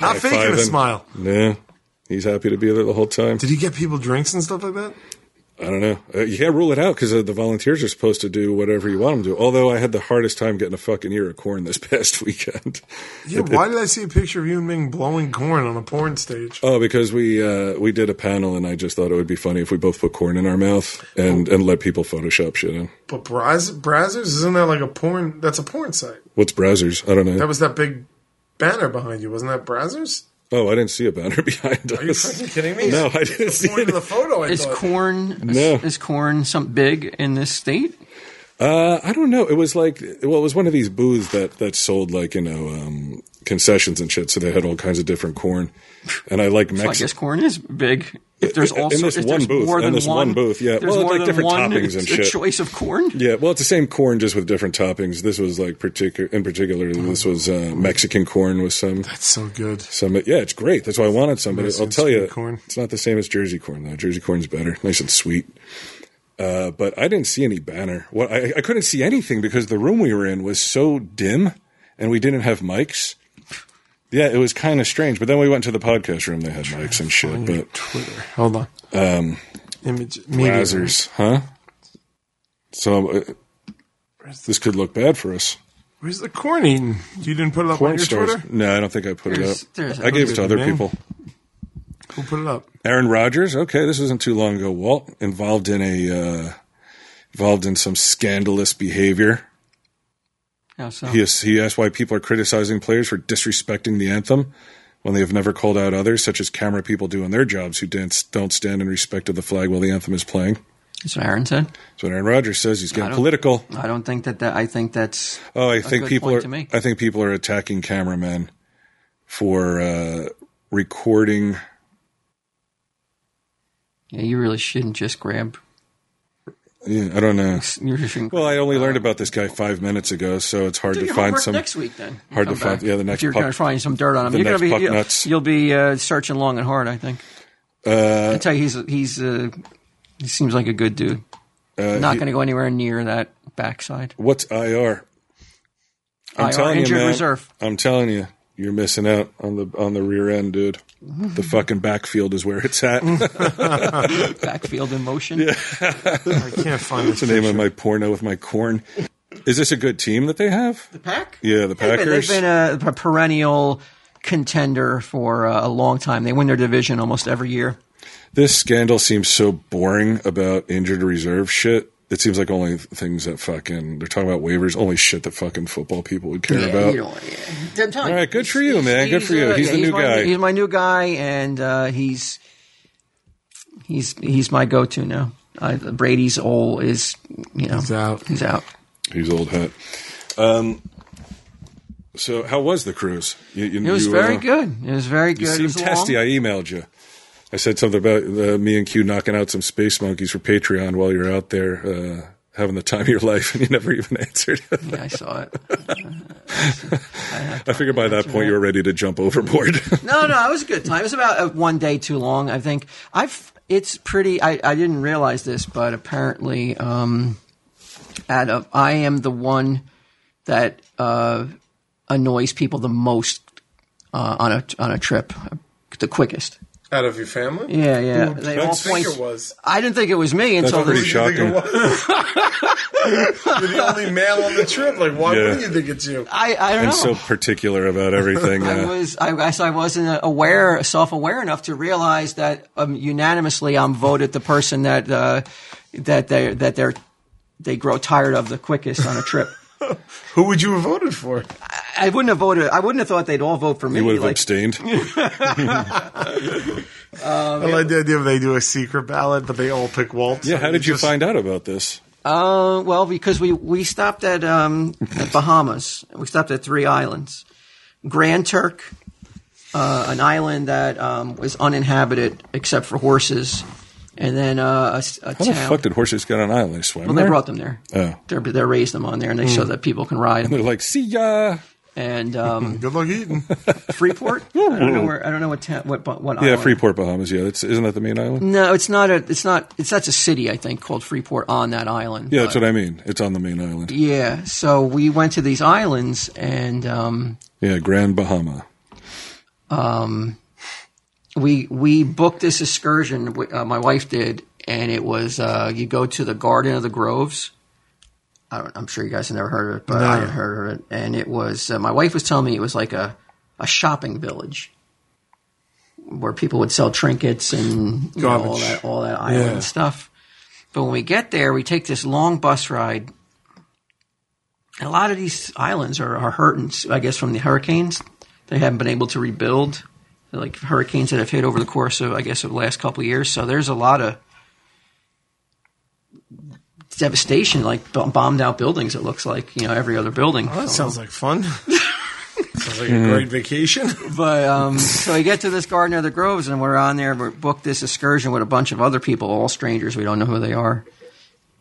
[SPEAKER 3] Not faking a
[SPEAKER 2] High-fiving.
[SPEAKER 3] smile.
[SPEAKER 2] No, he's happy to be there the whole time.
[SPEAKER 3] Did he get people drinks and stuff like that?
[SPEAKER 2] I don't know. Uh, you can't rule it out because uh, the volunteers are supposed to do whatever you want them to. Although I had the hardest time getting a fucking ear of corn this [LAUGHS] past weekend.
[SPEAKER 3] Yeah, why did I see a picture of you and Ming blowing corn on a porn stage?
[SPEAKER 2] oh, because we uh, we did a panel and I just thought it would be funny if we both put corn in our mouth and, and let people Photoshop shit in.
[SPEAKER 3] But Braz- Brazzers, isn't that like a porn? That's a porn site.
[SPEAKER 2] What's browsers? I don't know.
[SPEAKER 3] That was that big banner behind you, wasn't that [LAUGHS] Brazzers?
[SPEAKER 2] oh, I didn't see a banner [LAUGHS] behind
[SPEAKER 3] Are you
[SPEAKER 2] us.
[SPEAKER 3] freaking kidding me?
[SPEAKER 2] No, I
[SPEAKER 3] That's
[SPEAKER 2] didn't
[SPEAKER 3] the
[SPEAKER 2] see
[SPEAKER 3] point
[SPEAKER 2] it.
[SPEAKER 3] of the photo. I
[SPEAKER 5] Is
[SPEAKER 3] thought.
[SPEAKER 5] corn
[SPEAKER 2] No.
[SPEAKER 5] is, is corn some big in this state?
[SPEAKER 2] Uh, I don't know. It was like, well, it was one of these booths that, that sold like, you know, um, concessions and shit. So they had all kinds of different corn. And I like
[SPEAKER 5] Well, I
[SPEAKER 2] Mexican.
[SPEAKER 5] guess corn is big. If there's
[SPEAKER 2] In- in
[SPEAKER 5] also
[SPEAKER 2] this
[SPEAKER 5] if
[SPEAKER 2] one
[SPEAKER 5] there's
[SPEAKER 2] booth,
[SPEAKER 5] more
[SPEAKER 2] in
[SPEAKER 5] than
[SPEAKER 2] this one booth, yeah.
[SPEAKER 5] there's
[SPEAKER 2] Well,
[SPEAKER 5] more
[SPEAKER 2] like
[SPEAKER 5] than
[SPEAKER 2] different
[SPEAKER 5] one
[SPEAKER 2] toppings and
[SPEAKER 5] a
[SPEAKER 2] shit.
[SPEAKER 5] choice of corn.
[SPEAKER 2] Yeah, well, it's the same corn just with different toppings. This was like particular in particular. This was uh, Mexican corn with some
[SPEAKER 3] That's so good.
[SPEAKER 2] some. Yeah, it's great. That's why I wanted some. But I'll
[SPEAKER 3] and
[SPEAKER 2] tell you,
[SPEAKER 3] sweet corn.
[SPEAKER 2] it's not the same as Jersey corn though. Jersey corn's better, nice and sweet. Uh, but I didn't see any banner. What I, I couldn't see anything because the room we were in was so dim, and we didn't have mics. Yeah, it was kind of strange. But then we went to the podcast room. They had mics and shit. But
[SPEAKER 3] Twitter. Hold on. Um, Image media.
[SPEAKER 2] Brazzers, huh? So uh, this could look bad for us.
[SPEAKER 3] Where's the corn eating? You didn't put it up on
[SPEAKER 2] Porn
[SPEAKER 3] your
[SPEAKER 2] stars.
[SPEAKER 3] Twitter.
[SPEAKER 2] No, I don't think I put
[SPEAKER 5] There's-
[SPEAKER 2] it
[SPEAKER 5] there's-
[SPEAKER 2] up. I gave it to other
[SPEAKER 3] Name?
[SPEAKER 2] people.
[SPEAKER 3] Who put it up?
[SPEAKER 2] Aaron Rodgers. Okay, this wasn't too long ago. Walt involved in a uh, involved in some scandalous behavior.
[SPEAKER 5] Yeah, so.
[SPEAKER 2] He as- he asked why people are criticizing players for disrespecting the anthem when they have never called out others, such as camera people do in their jobs who dance, don't stand in respect of the flag while the anthem is playing.
[SPEAKER 5] That's what Aaron said.
[SPEAKER 2] That's what Aaron Rodgers says. He's getting
[SPEAKER 5] don't-
[SPEAKER 2] political.
[SPEAKER 5] I don't think that, that I think that's
[SPEAKER 2] Oh, I think
[SPEAKER 5] good
[SPEAKER 2] people
[SPEAKER 5] point
[SPEAKER 2] are.
[SPEAKER 5] to make.
[SPEAKER 2] I think people are attacking cameramen for uh, recording.
[SPEAKER 5] yeah, you really shouldn't just grab
[SPEAKER 2] Yeah, I don't know.
[SPEAKER 5] you shouldn't
[SPEAKER 2] Well, I only learned about this guy five minutes ago, so it's hard
[SPEAKER 5] do
[SPEAKER 2] to
[SPEAKER 5] your
[SPEAKER 2] find
[SPEAKER 5] homework
[SPEAKER 2] some.
[SPEAKER 5] next week then.
[SPEAKER 2] hard to
[SPEAKER 5] Come
[SPEAKER 2] find-
[SPEAKER 5] back.
[SPEAKER 2] yeah, the next
[SPEAKER 5] If you're
[SPEAKER 2] puck-
[SPEAKER 5] going to find some dirt on him.
[SPEAKER 2] the
[SPEAKER 5] you're
[SPEAKER 2] next
[SPEAKER 5] going to
[SPEAKER 2] puck
[SPEAKER 5] be you'll,
[SPEAKER 2] nuts.
[SPEAKER 5] you'll be uh, searching long and hard, I think. I tell you he's he's uh, he seems like a good dude.
[SPEAKER 2] Uh,
[SPEAKER 5] Not going to go anywhere near that backside.
[SPEAKER 2] What's IR? I'm
[SPEAKER 5] IR,
[SPEAKER 2] telling you,
[SPEAKER 5] injured
[SPEAKER 2] man.
[SPEAKER 5] reserve.
[SPEAKER 2] I'm telling you, you're missing out on the on the rear end, dude. The fucking backfield is where it's
[SPEAKER 5] [LAUGHS]
[SPEAKER 2] at. That's
[SPEAKER 5] Backfield
[SPEAKER 2] [LAUGHS]
[SPEAKER 5] in motion.
[SPEAKER 3] I can't find this
[SPEAKER 2] the name of
[SPEAKER 3] picture.
[SPEAKER 2] my porno with my corn. Is this a good team that they have?
[SPEAKER 5] The pack?
[SPEAKER 2] Yeah, the
[SPEAKER 5] They've been, they've
[SPEAKER 2] Packers.
[SPEAKER 5] been a, a perennial contender for uh, a long time. They win their division almost every year.
[SPEAKER 2] This scandal seems so boring about injured reserve shit. It seems like only things that fucking they're talking about waivers, only shit that fucking football people would care about.
[SPEAKER 5] I'm telling
[SPEAKER 2] All right, good for you, man. Good for you.
[SPEAKER 5] uh,
[SPEAKER 2] He's
[SPEAKER 5] yeah,
[SPEAKER 2] the new
[SPEAKER 5] my,
[SPEAKER 2] guy.
[SPEAKER 5] He's my new guy, and uh, he's he's he's my go-to now. I, Brady's old is you know
[SPEAKER 3] He's out.
[SPEAKER 5] He's out.
[SPEAKER 2] He's old hat. Um, so how was the cruise? You, you,
[SPEAKER 5] It was
[SPEAKER 2] you,
[SPEAKER 5] very
[SPEAKER 2] uh,
[SPEAKER 5] good. It was very good.
[SPEAKER 2] You
[SPEAKER 5] It
[SPEAKER 2] seemed
[SPEAKER 5] was long.
[SPEAKER 2] testy. I emailed you. I said something about uh, me and Q knocking out some space monkeys for Patreon while you're out there uh, having the time of your life, [LAUGHS] and you never even answered. [LAUGHS]
[SPEAKER 5] Yeah, I saw it.
[SPEAKER 2] I figured by that point you were ready to jump overboard. [LAUGHS]
[SPEAKER 5] No, no, it was a good time. It was about uh, one day too long, I think. I've it's pretty. I, I didn't realize this, but apparently, um, at a, I am the one that uh, annoys people the most uh, on a on a trip, the quickest.
[SPEAKER 3] Out of your family?
[SPEAKER 5] Yeah, yeah. They all
[SPEAKER 2] that's-
[SPEAKER 5] point.
[SPEAKER 3] It was.
[SPEAKER 5] I didn't think it was me until
[SPEAKER 2] pretty
[SPEAKER 5] this,
[SPEAKER 2] shocking.
[SPEAKER 3] You think it
[SPEAKER 2] [LAUGHS]
[SPEAKER 3] was? You're the only male on the trip. Like, why
[SPEAKER 2] Yeah.
[SPEAKER 3] wouldn't you think it's you?
[SPEAKER 5] I I don't
[SPEAKER 2] I'm
[SPEAKER 5] know.
[SPEAKER 2] so particular about everything.
[SPEAKER 5] [LAUGHS] I
[SPEAKER 2] uh,
[SPEAKER 5] was I guess I wasn't aware self aware enough to realize that um, unanimously I'm voted the person that uh, that they that they're they grow tired of the
[SPEAKER 2] [LAUGHS]
[SPEAKER 5] quickest on a trip.
[SPEAKER 3] Who would you have voted for?
[SPEAKER 5] I wouldn't have voted. I wouldn't have thought they'd all vote for me.
[SPEAKER 2] you would have
[SPEAKER 5] like, [LAUGHS]
[SPEAKER 2] abstained.
[SPEAKER 3] I like the idea of they do a secret ballot, but they all pick Walt.
[SPEAKER 2] Yeah,
[SPEAKER 3] so
[SPEAKER 2] how did you
[SPEAKER 3] just-
[SPEAKER 2] find out about this?
[SPEAKER 5] uh, well, because we we stopped at um,
[SPEAKER 2] [LAUGHS]
[SPEAKER 5] at Bahamas. We stopped at three islands, Grand Turk, uh, an island that um, was uninhabited except for horses, and then uh, a s- a,
[SPEAKER 2] How
[SPEAKER 5] town.
[SPEAKER 2] the fuck did horses get on an island? They swam
[SPEAKER 5] Well,
[SPEAKER 2] there?
[SPEAKER 5] they brought them there.
[SPEAKER 2] Oh.
[SPEAKER 5] They're, they raised them on there, and they
[SPEAKER 2] Hmm.
[SPEAKER 5] so that people can
[SPEAKER 2] [LAUGHS]
[SPEAKER 5] ride them.
[SPEAKER 2] They're like, see ya.
[SPEAKER 5] And um,
[SPEAKER 3] Good luck
[SPEAKER 2] [LAUGHS]
[SPEAKER 3] eating.
[SPEAKER 5] Freeport. I don't know where. I don't know what town. What, what
[SPEAKER 2] Yeah,
[SPEAKER 5] island.
[SPEAKER 2] Freeport, Bahamas. Yeah, that's, isn't that the main island?
[SPEAKER 5] No, it's not a. It's not. It's that's a city I think called Freeport on that island.
[SPEAKER 2] Yeah, that's what I mean. It's on the main island.
[SPEAKER 5] Yeah. So we went to these islands, and um,
[SPEAKER 2] Yeah, Grand Bahama.
[SPEAKER 5] um, we we booked this excursion. w- Uh, my wife did, and it was uh, you go to the Garden of the Groves. I don't, I'm sure you guys have never heard of it, but I had heard of it, and it was uh, my wife was telling me it was like a a shopping village where people would sell trinkets and you know, all
[SPEAKER 3] Garbage.
[SPEAKER 5] that all that island
[SPEAKER 3] Yeah.
[SPEAKER 5] stuff. But when we get there, we take this long bus ride. And a lot of these islands are, are hurting, I guess, from the hurricanes. They haven't been able to rebuild, like hurricanes that have hit over the course of, I guess, of the last couple of years. So there's a lot of devastation, like b- bombed out buildings. It looks like you know every other building.
[SPEAKER 3] Well, Oh, that sounds like fun. sounds like a great vacation.
[SPEAKER 5] But um, so we get to this Garden of the Groves, and we're on there. We booked this excursion with a bunch of other people, all strangers. We don't know who they are,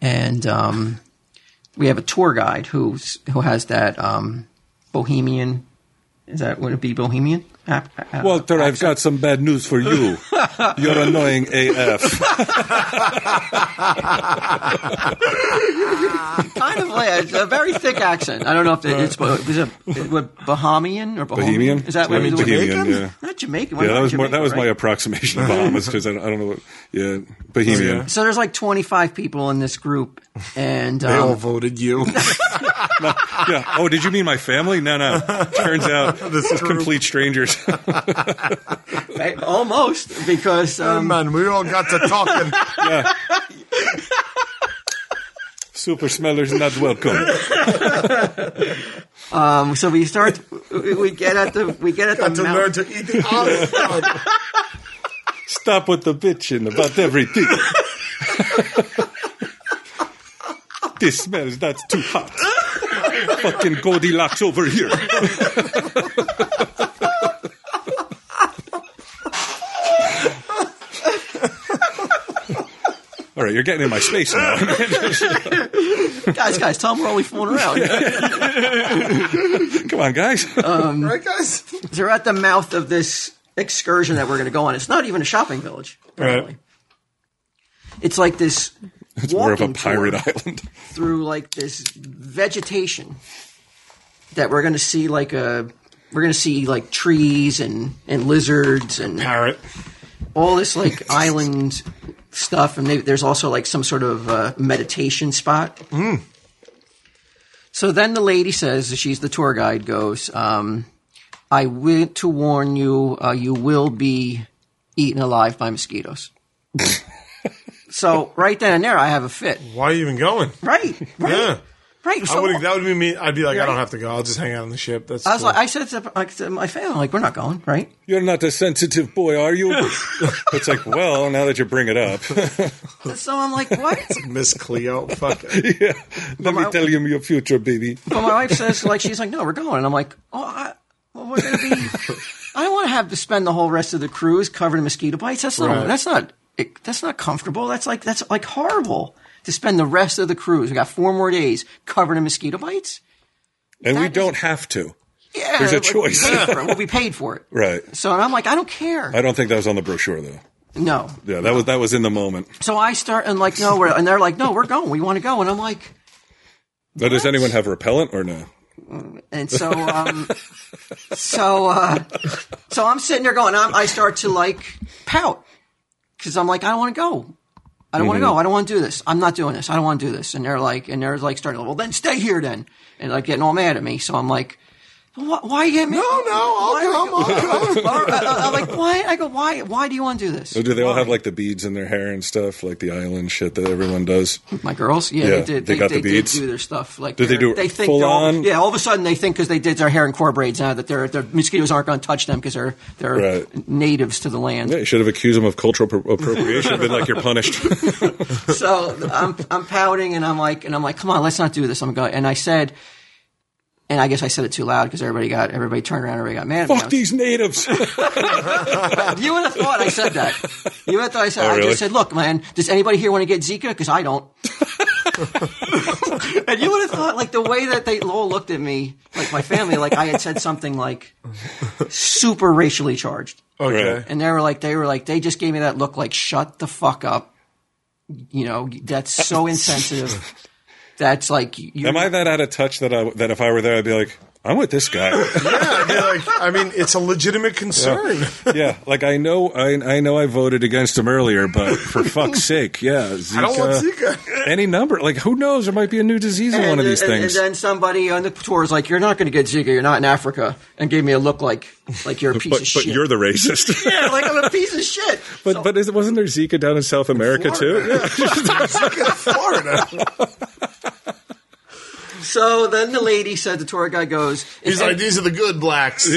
[SPEAKER 5] and um, we have a tour guide who's who has that um, Bohemian. Is that would it be Bohemian? Ap- ap-
[SPEAKER 2] Walter, I've got some bad news for [LAUGHS] you. You're annoying AF.
[SPEAKER 5] kind of like a, a very thick accent. I don't know if it, it's Bo- is it, what Bahamian
[SPEAKER 2] Uh,
[SPEAKER 5] or Bohemian?
[SPEAKER 2] Bohemian?
[SPEAKER 5] Is that what
[SPEAKER 2] Yeah,
[SPEAKER 5] it is?
[SPEAKER 2] Bohemian, yeah.
[SPEAKER 5] Not Jamaican.
[SPEAKER 2] [LAUGHS] Yeah, that was more,
[SPEAKER 5] Jamaica,
[SPEAKER 2] that was my
[SPEAKER 5] right?
[SPEAKER 2] approximation of Bahamas because I, don't- I don't know what. Yeah, Bohemian.
[SPEAKER 3] Yeah.
[SPEAKER 5] So there's like 25 people in this group, and
[SPEAKER 3] They all
[SPEAKER 5] um,
[SPEAKER 3] voted [LAUGHS] you.
[SPEAKER 2] yeah. Oh, did you mean my family? No, [LAUGHS] no. Turns out this is complete strangers.
[SPEAKER 5] almost because um,
[SPEAKER 3] man, we all got to talking.
[SPEAKER 2] [LAUGHS] Super smellers not welcome. [LAUGHS]
[SPEAKER 5] Um, so we start. we we get at the we get at
[SPEAKER 3] got
[SPEAKER 5] the
[SPEAKER 3] to learn
[SPEAKER 5] mount,
[SPEAKER 3] to eat the olive. dog.
[SPEAKER 2] Stop with the bitching about everything. this smells. That's too hot. Fucking Goldilocks over here. All right, you're getting in my space now. [LAUGHS]
[SPEAKER 5] guys. Guys, tell them we're only fooling around.
[SPEAKER 2] Come on, guys.
[SPEAKER 3] right, guys?
[SPEAKER 5] so we're at the mouth of this excursion that we're going to go on. It's not even a shopping village. apparently. It's like this. It's
[SPEAKER 2] We're of a pirate island.
[SPEAKER 5] through like this vegetation that we're going to see like a we're going to see like trees and and lizards and
[SPEAKER 3] Parrot.
[SPEAKER 5] all this
[SPEAKER 3] [LAUGHS]
[SPEAKER 5] like island stuff, and they, there's also like some sort of uh, meditation spot.
[SPEAKER 3] Hmm.
[SPEAKER 5] So then the lady says, she's the tour guide, goes, um, I went to warn you, uh, you will be eaten alive by
[SPEAKER 3] [LAUGHS]
[SPEAKER 5] mosquitoes. so right then and there, I have a fit.
[SPEAKER 3] Why are you even going?
[SPEAKER 5] Right, right,
[SPEAKER 3] Yeah.
[SPEAKER 5] right.
[SPEAKER 3] I
[SPEAKER 5] So
[SPEAKER 3] would. That would be me. I'd be like, I don't have to go. I'll just hang out on the ship. That's.
[SPEAKER 5] I was
[SPEAKER 3] cool.
[SPEAKER 5] like, I said to, like, to my family, like, we're not going, right?
[SPEAKER 2] You're not a sensitive boy, are you? it's like, well, now that you bring it up, [LAUGHS]
[SPEAKER 5] So I'm like, what?
[SPEAKER 3] Miss Cleo. Fuck. it.
[SPEAKER 2] yeah, let me
[SPEAKER 5] I-
[SPEAKER 2] tell you your future, baby.
[SPEAKER 5] But my wife says, like, she's like, no, we're going. And I'm like, oh, I, well, we're going
[SPEAKER 2] [LAUGHS]
[SPEAKER 5] to be, I don't want to have to spend the whole rest of the cruise covered in mosquito bites. That's not,
[SPEAKER 3] Right.
[SPEAKER 5] that's not, it, that's not comfortable. That's like, that's like horrible to spend the rest of the cruise. We got four more days covered in mosquito bites.
[SPEAKER 2] And we
[SPEAKER 5] That is-
[SPEAKER 2] don't have to.
[SPEAKER 5] Yeah.
[SPEAKER 2] There's a
[SPEAKER 5] like,
[SPEAKER 2] choice.
[SPEAKER 5] we'll
[SPEAKER 2] [LAUGHS]
[SPEAKER 5] pay for it. We'll be paid for it.
[SPEAKER 2] Right.
[SPEAKER 5] So, and I'm like, I don't care.
[SPEAKER 2] I don't think that was on the brochure though.
[SPEAKER 5] no.
[SPEAKER 2] Yeah, that was that was in the moment.
[SPEAKER 5] So I start and like, no, we're, and they're like, no, we're going. We want to go. And I'm like,
[SPEAKER 2] Now, does anyone have repellent or no?
[SPEAKER 5] And so, um, so, uh, so I'm sitting there going, I'm, I start to like pout because I'm like, I don't want to go. I don't want
[SPEAKER 3] Mm-hmm.
[SPEAKER 5] to go. I don't want to do this. I'm not doing this. I don't want to do this. And they're like, and they're like starting, well, then stay here then. And like getting all mad at me. So I'm like, why, why you get mad?
[SPEAKER 3] No, no, I'll come, I'll come.
[SPEAKER 5] [LAUGHS] I'm like, why? I go, why, why do you want to do this?
[SPEAKER 2] So do they all have like the beads in their hair and stuff, like the island shit that everyone does?
[SPEAKER 5] My girls, yeah,
[SPEAKER 2] Yeah,
[SPEAKER 5] they did.
[SPEAKER 2] they
[SPEAKER 5] They,
[SPEAKER 2] got
[SPEAKER 5] they
[SPEAKER 2] the
[SPEAKER 5] did
[SPEAKER 2] beads.
[SPEAKER 5] do their stuff. Like,
[SPEAKER 2] Did they
[SPEAKER 5] they're-
[SPEAKER 2] do
[SPEAKER 5] They think
[SPEAKER 2] full
[SPEAKER 5] they're all-
[SPEAKER 2] on?
[SPEAKER 5] Yeah, all of a sudden they think because they did their hair in core braids now that their their mosquitoes aren't going to touch them because they're they're
[SPEAKER 2] Right.
[SPEAKER 5] natives to the land.
[SPEAKER 2] Yeah, you should have accused them of cultural pro- appropriation. been like you're
[SPEAKER 5] [LAUGHS]
[SPEAKER 2] punished.
[SPEAKER 5] so I'm I'm pouting and I'm like and I'm like, come on, let's not do this. I'm going and I said, and I guess I said it too loud because everybody got everybody turned around, everybody got mad. at me. I
[SPEAKER 2] Fuck
[SPEAKER 5] was-
[SPEAKER 2] these natives.
[SPEAKER 5] You would have thought I said that. You would have thought I said.
[SPEAKER 2] Oh,
[SPEAKER 5] I
[SPEAKER 2] really?
[SPEAKER 5] just said, "Look, man, does anybody here want to get Zika? Because
[SPEAKER 2] [LAUGHS]
[SPEAKER 5] I don't." and you would have thought, like the way that they all looked at me, like my family, like I had said something like super racially charged,
[SPEAKER 3] Okay.
[SPEAKER 2] Right.
[SPEAKER 5] and they were like, they were like, they just gave me that look, like shut the fuck up. You know, that's
[SPEAKER 2] [LAUGHS]
[SPEAKER 5] so insensitive. That's like, you
[SPEAKER 2] Am I that out of touch that I, that if I were there, I'd be like, I'm with this
[SPEAKER 5] [LAUGHS]
[SPEAKER 2] guy.
[SPEAKER 3] I mean, like, I mean, it's a legitimate concern.
[SPEAKER 2] yeah, like I know, I, I know, I voted against him earlier, but for
[SPEAKER 5] [LAUGHS]
[SPEAKER 2] fuck's sake, yeah, Zika,
[SPEAKER 3] I don't want Zika.
[SPEAKER 2] any number, like who knows, there might be a new disease in one of these
[SPEAKER 5] and,
[SPEAKER 2] things.
[SPEAKER 5] and then somebody on the tour is like, "You're not going to get Zika. You're not in Africa," and gave me a look like, like you're a piece
[SPEAKER 2] [LAUGHS] but
[SPEAKER 5] of
[SPEAKER 2] but
[SPEAKER 5] shit.
[SPEAKER 2] you're the [LAUGHS] racist.
[SPEAKER 5] yeah, like I'm a piece of shit.
[SPEAKER 2] but but
[SPEAKER 5] [LAUGHS]
[SPEAKER 2] is, wasn't there Zika down in South America too? Yeah.
[SPEAKER 3] Florida.
[SPEAKER 5] So then the lady said, the tour guy goes,
[SPEAKER 3] He's like, these are the good blacks.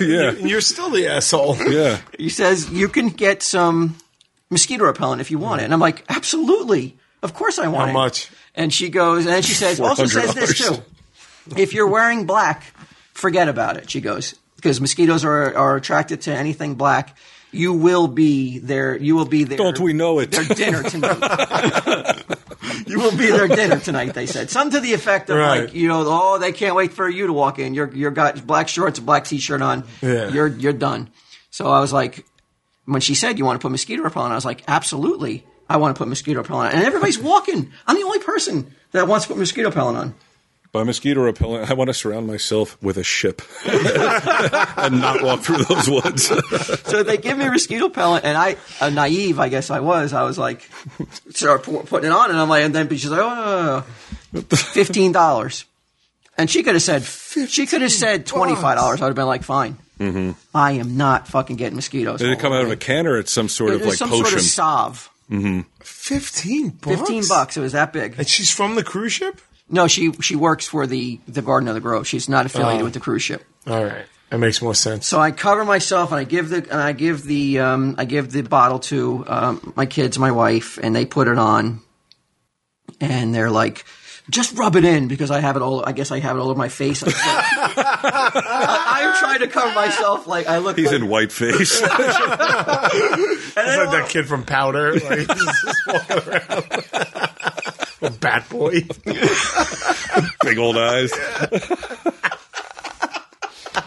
[SPEAKER 5] [LAUGHS]
[SPEAKER 2] yeah. [LAUGHS]
[SPEAKER 3] And you're still the asshole.
[SPEAKER 2] Yeah.
[SPEAKER 5] he says you can get some mosquito repellent if you want it, and I'm like, absolutely, of course I want
[SPEAKER 3] How
[SPEAKER 5] it.
[SPEAKER 3] much?
[SPEAKER 5] And she goes, and she says, also says this too. If you're wearing black, forget about it. She goes because mosquitoes are are attracted to anything black. You will be there. You will be there.
[SPEAKER 2] Don't we know it?
[SPEAKER 5] their dinner tonight.
[SPEAKER 3] [LAUGHS]
[SPEAKER 5] you will be their dinner tonight, they said. Some to the effect of
[SPEAKER 3] Right.
[SPEAKER 5] like, you know, oh, they can't wait for you to walk in. You're you're got black shorts, a black t shirt on.
[SPEAKER 3] Yeah.
[SPEAKER 5] You're you're done. So I was like when she said you want to put mosquito repellent, I was like, Absolutely. I want to put mosquito repellent on. And everybody's walking. I'm the only person that wants to put mosquito repellent on.
[SPEAKER 2] By mosquito repellent, I want to surround myself with a
[SPEAKER 5] [LAUGHS]
[SPEAKER 2] ship and not walk through those woods.
[SPEAKER 5] So they give me mosquito repellent, and I, uh, naive, I guess I was, I was like, start pu- putting it on, and I'm like, and then she's like, oh, fifteen dollars, and she could have said, she could have said twenty five dollars. I would have been like, fine, I am not fucking getting mosquitoes.
[SPEAKER 2] Mm-hmm. Did it come out of a can or it's some sort
[SPEAKER 5] It
[SPEAKER 2] of
[SPEAKER 5] was
[SPEAKER 2] like
[SPEAKER 5] some
[SPEAKER 2] potion?
[SPEAKER 5] sort of salve.
[SPEAKER 3] 15 bucks.
[SPEAKER 5] Fifteen bucks. It was that big.
[SPEAKER 3] And she's from the cruise ship?
[SPEAKER 5] No, she she works for the the Garden of the Grove. She's not affiliated with the cruise ship.
[SPEAKER 3] All right. That makes more sense.
[SPEAKER 5] So I cover myself and I give the and I give the um, I give the bottle to um, my kids, my wife, and they put it on, and they're like, "Just rub it in," because I have it all. I guess I have it all over my face. [LAUGHS] I'm, I'm trying to cover myself. Like I look.
[SPEAKER 2] He's
[SPEAKER 5] like,
[SPEAKER 2] in
[SPEAKER 5] [LAUGHS]
[SPEAKER 2] whiteface.
[SPEAKER 3] It's like that kid from Powder. Like, [LAUGHS] he's just walking around. [LAUGHS] A bat boy.
[SPEAKER 2] Big old eyes.
[SPEAKER 5] and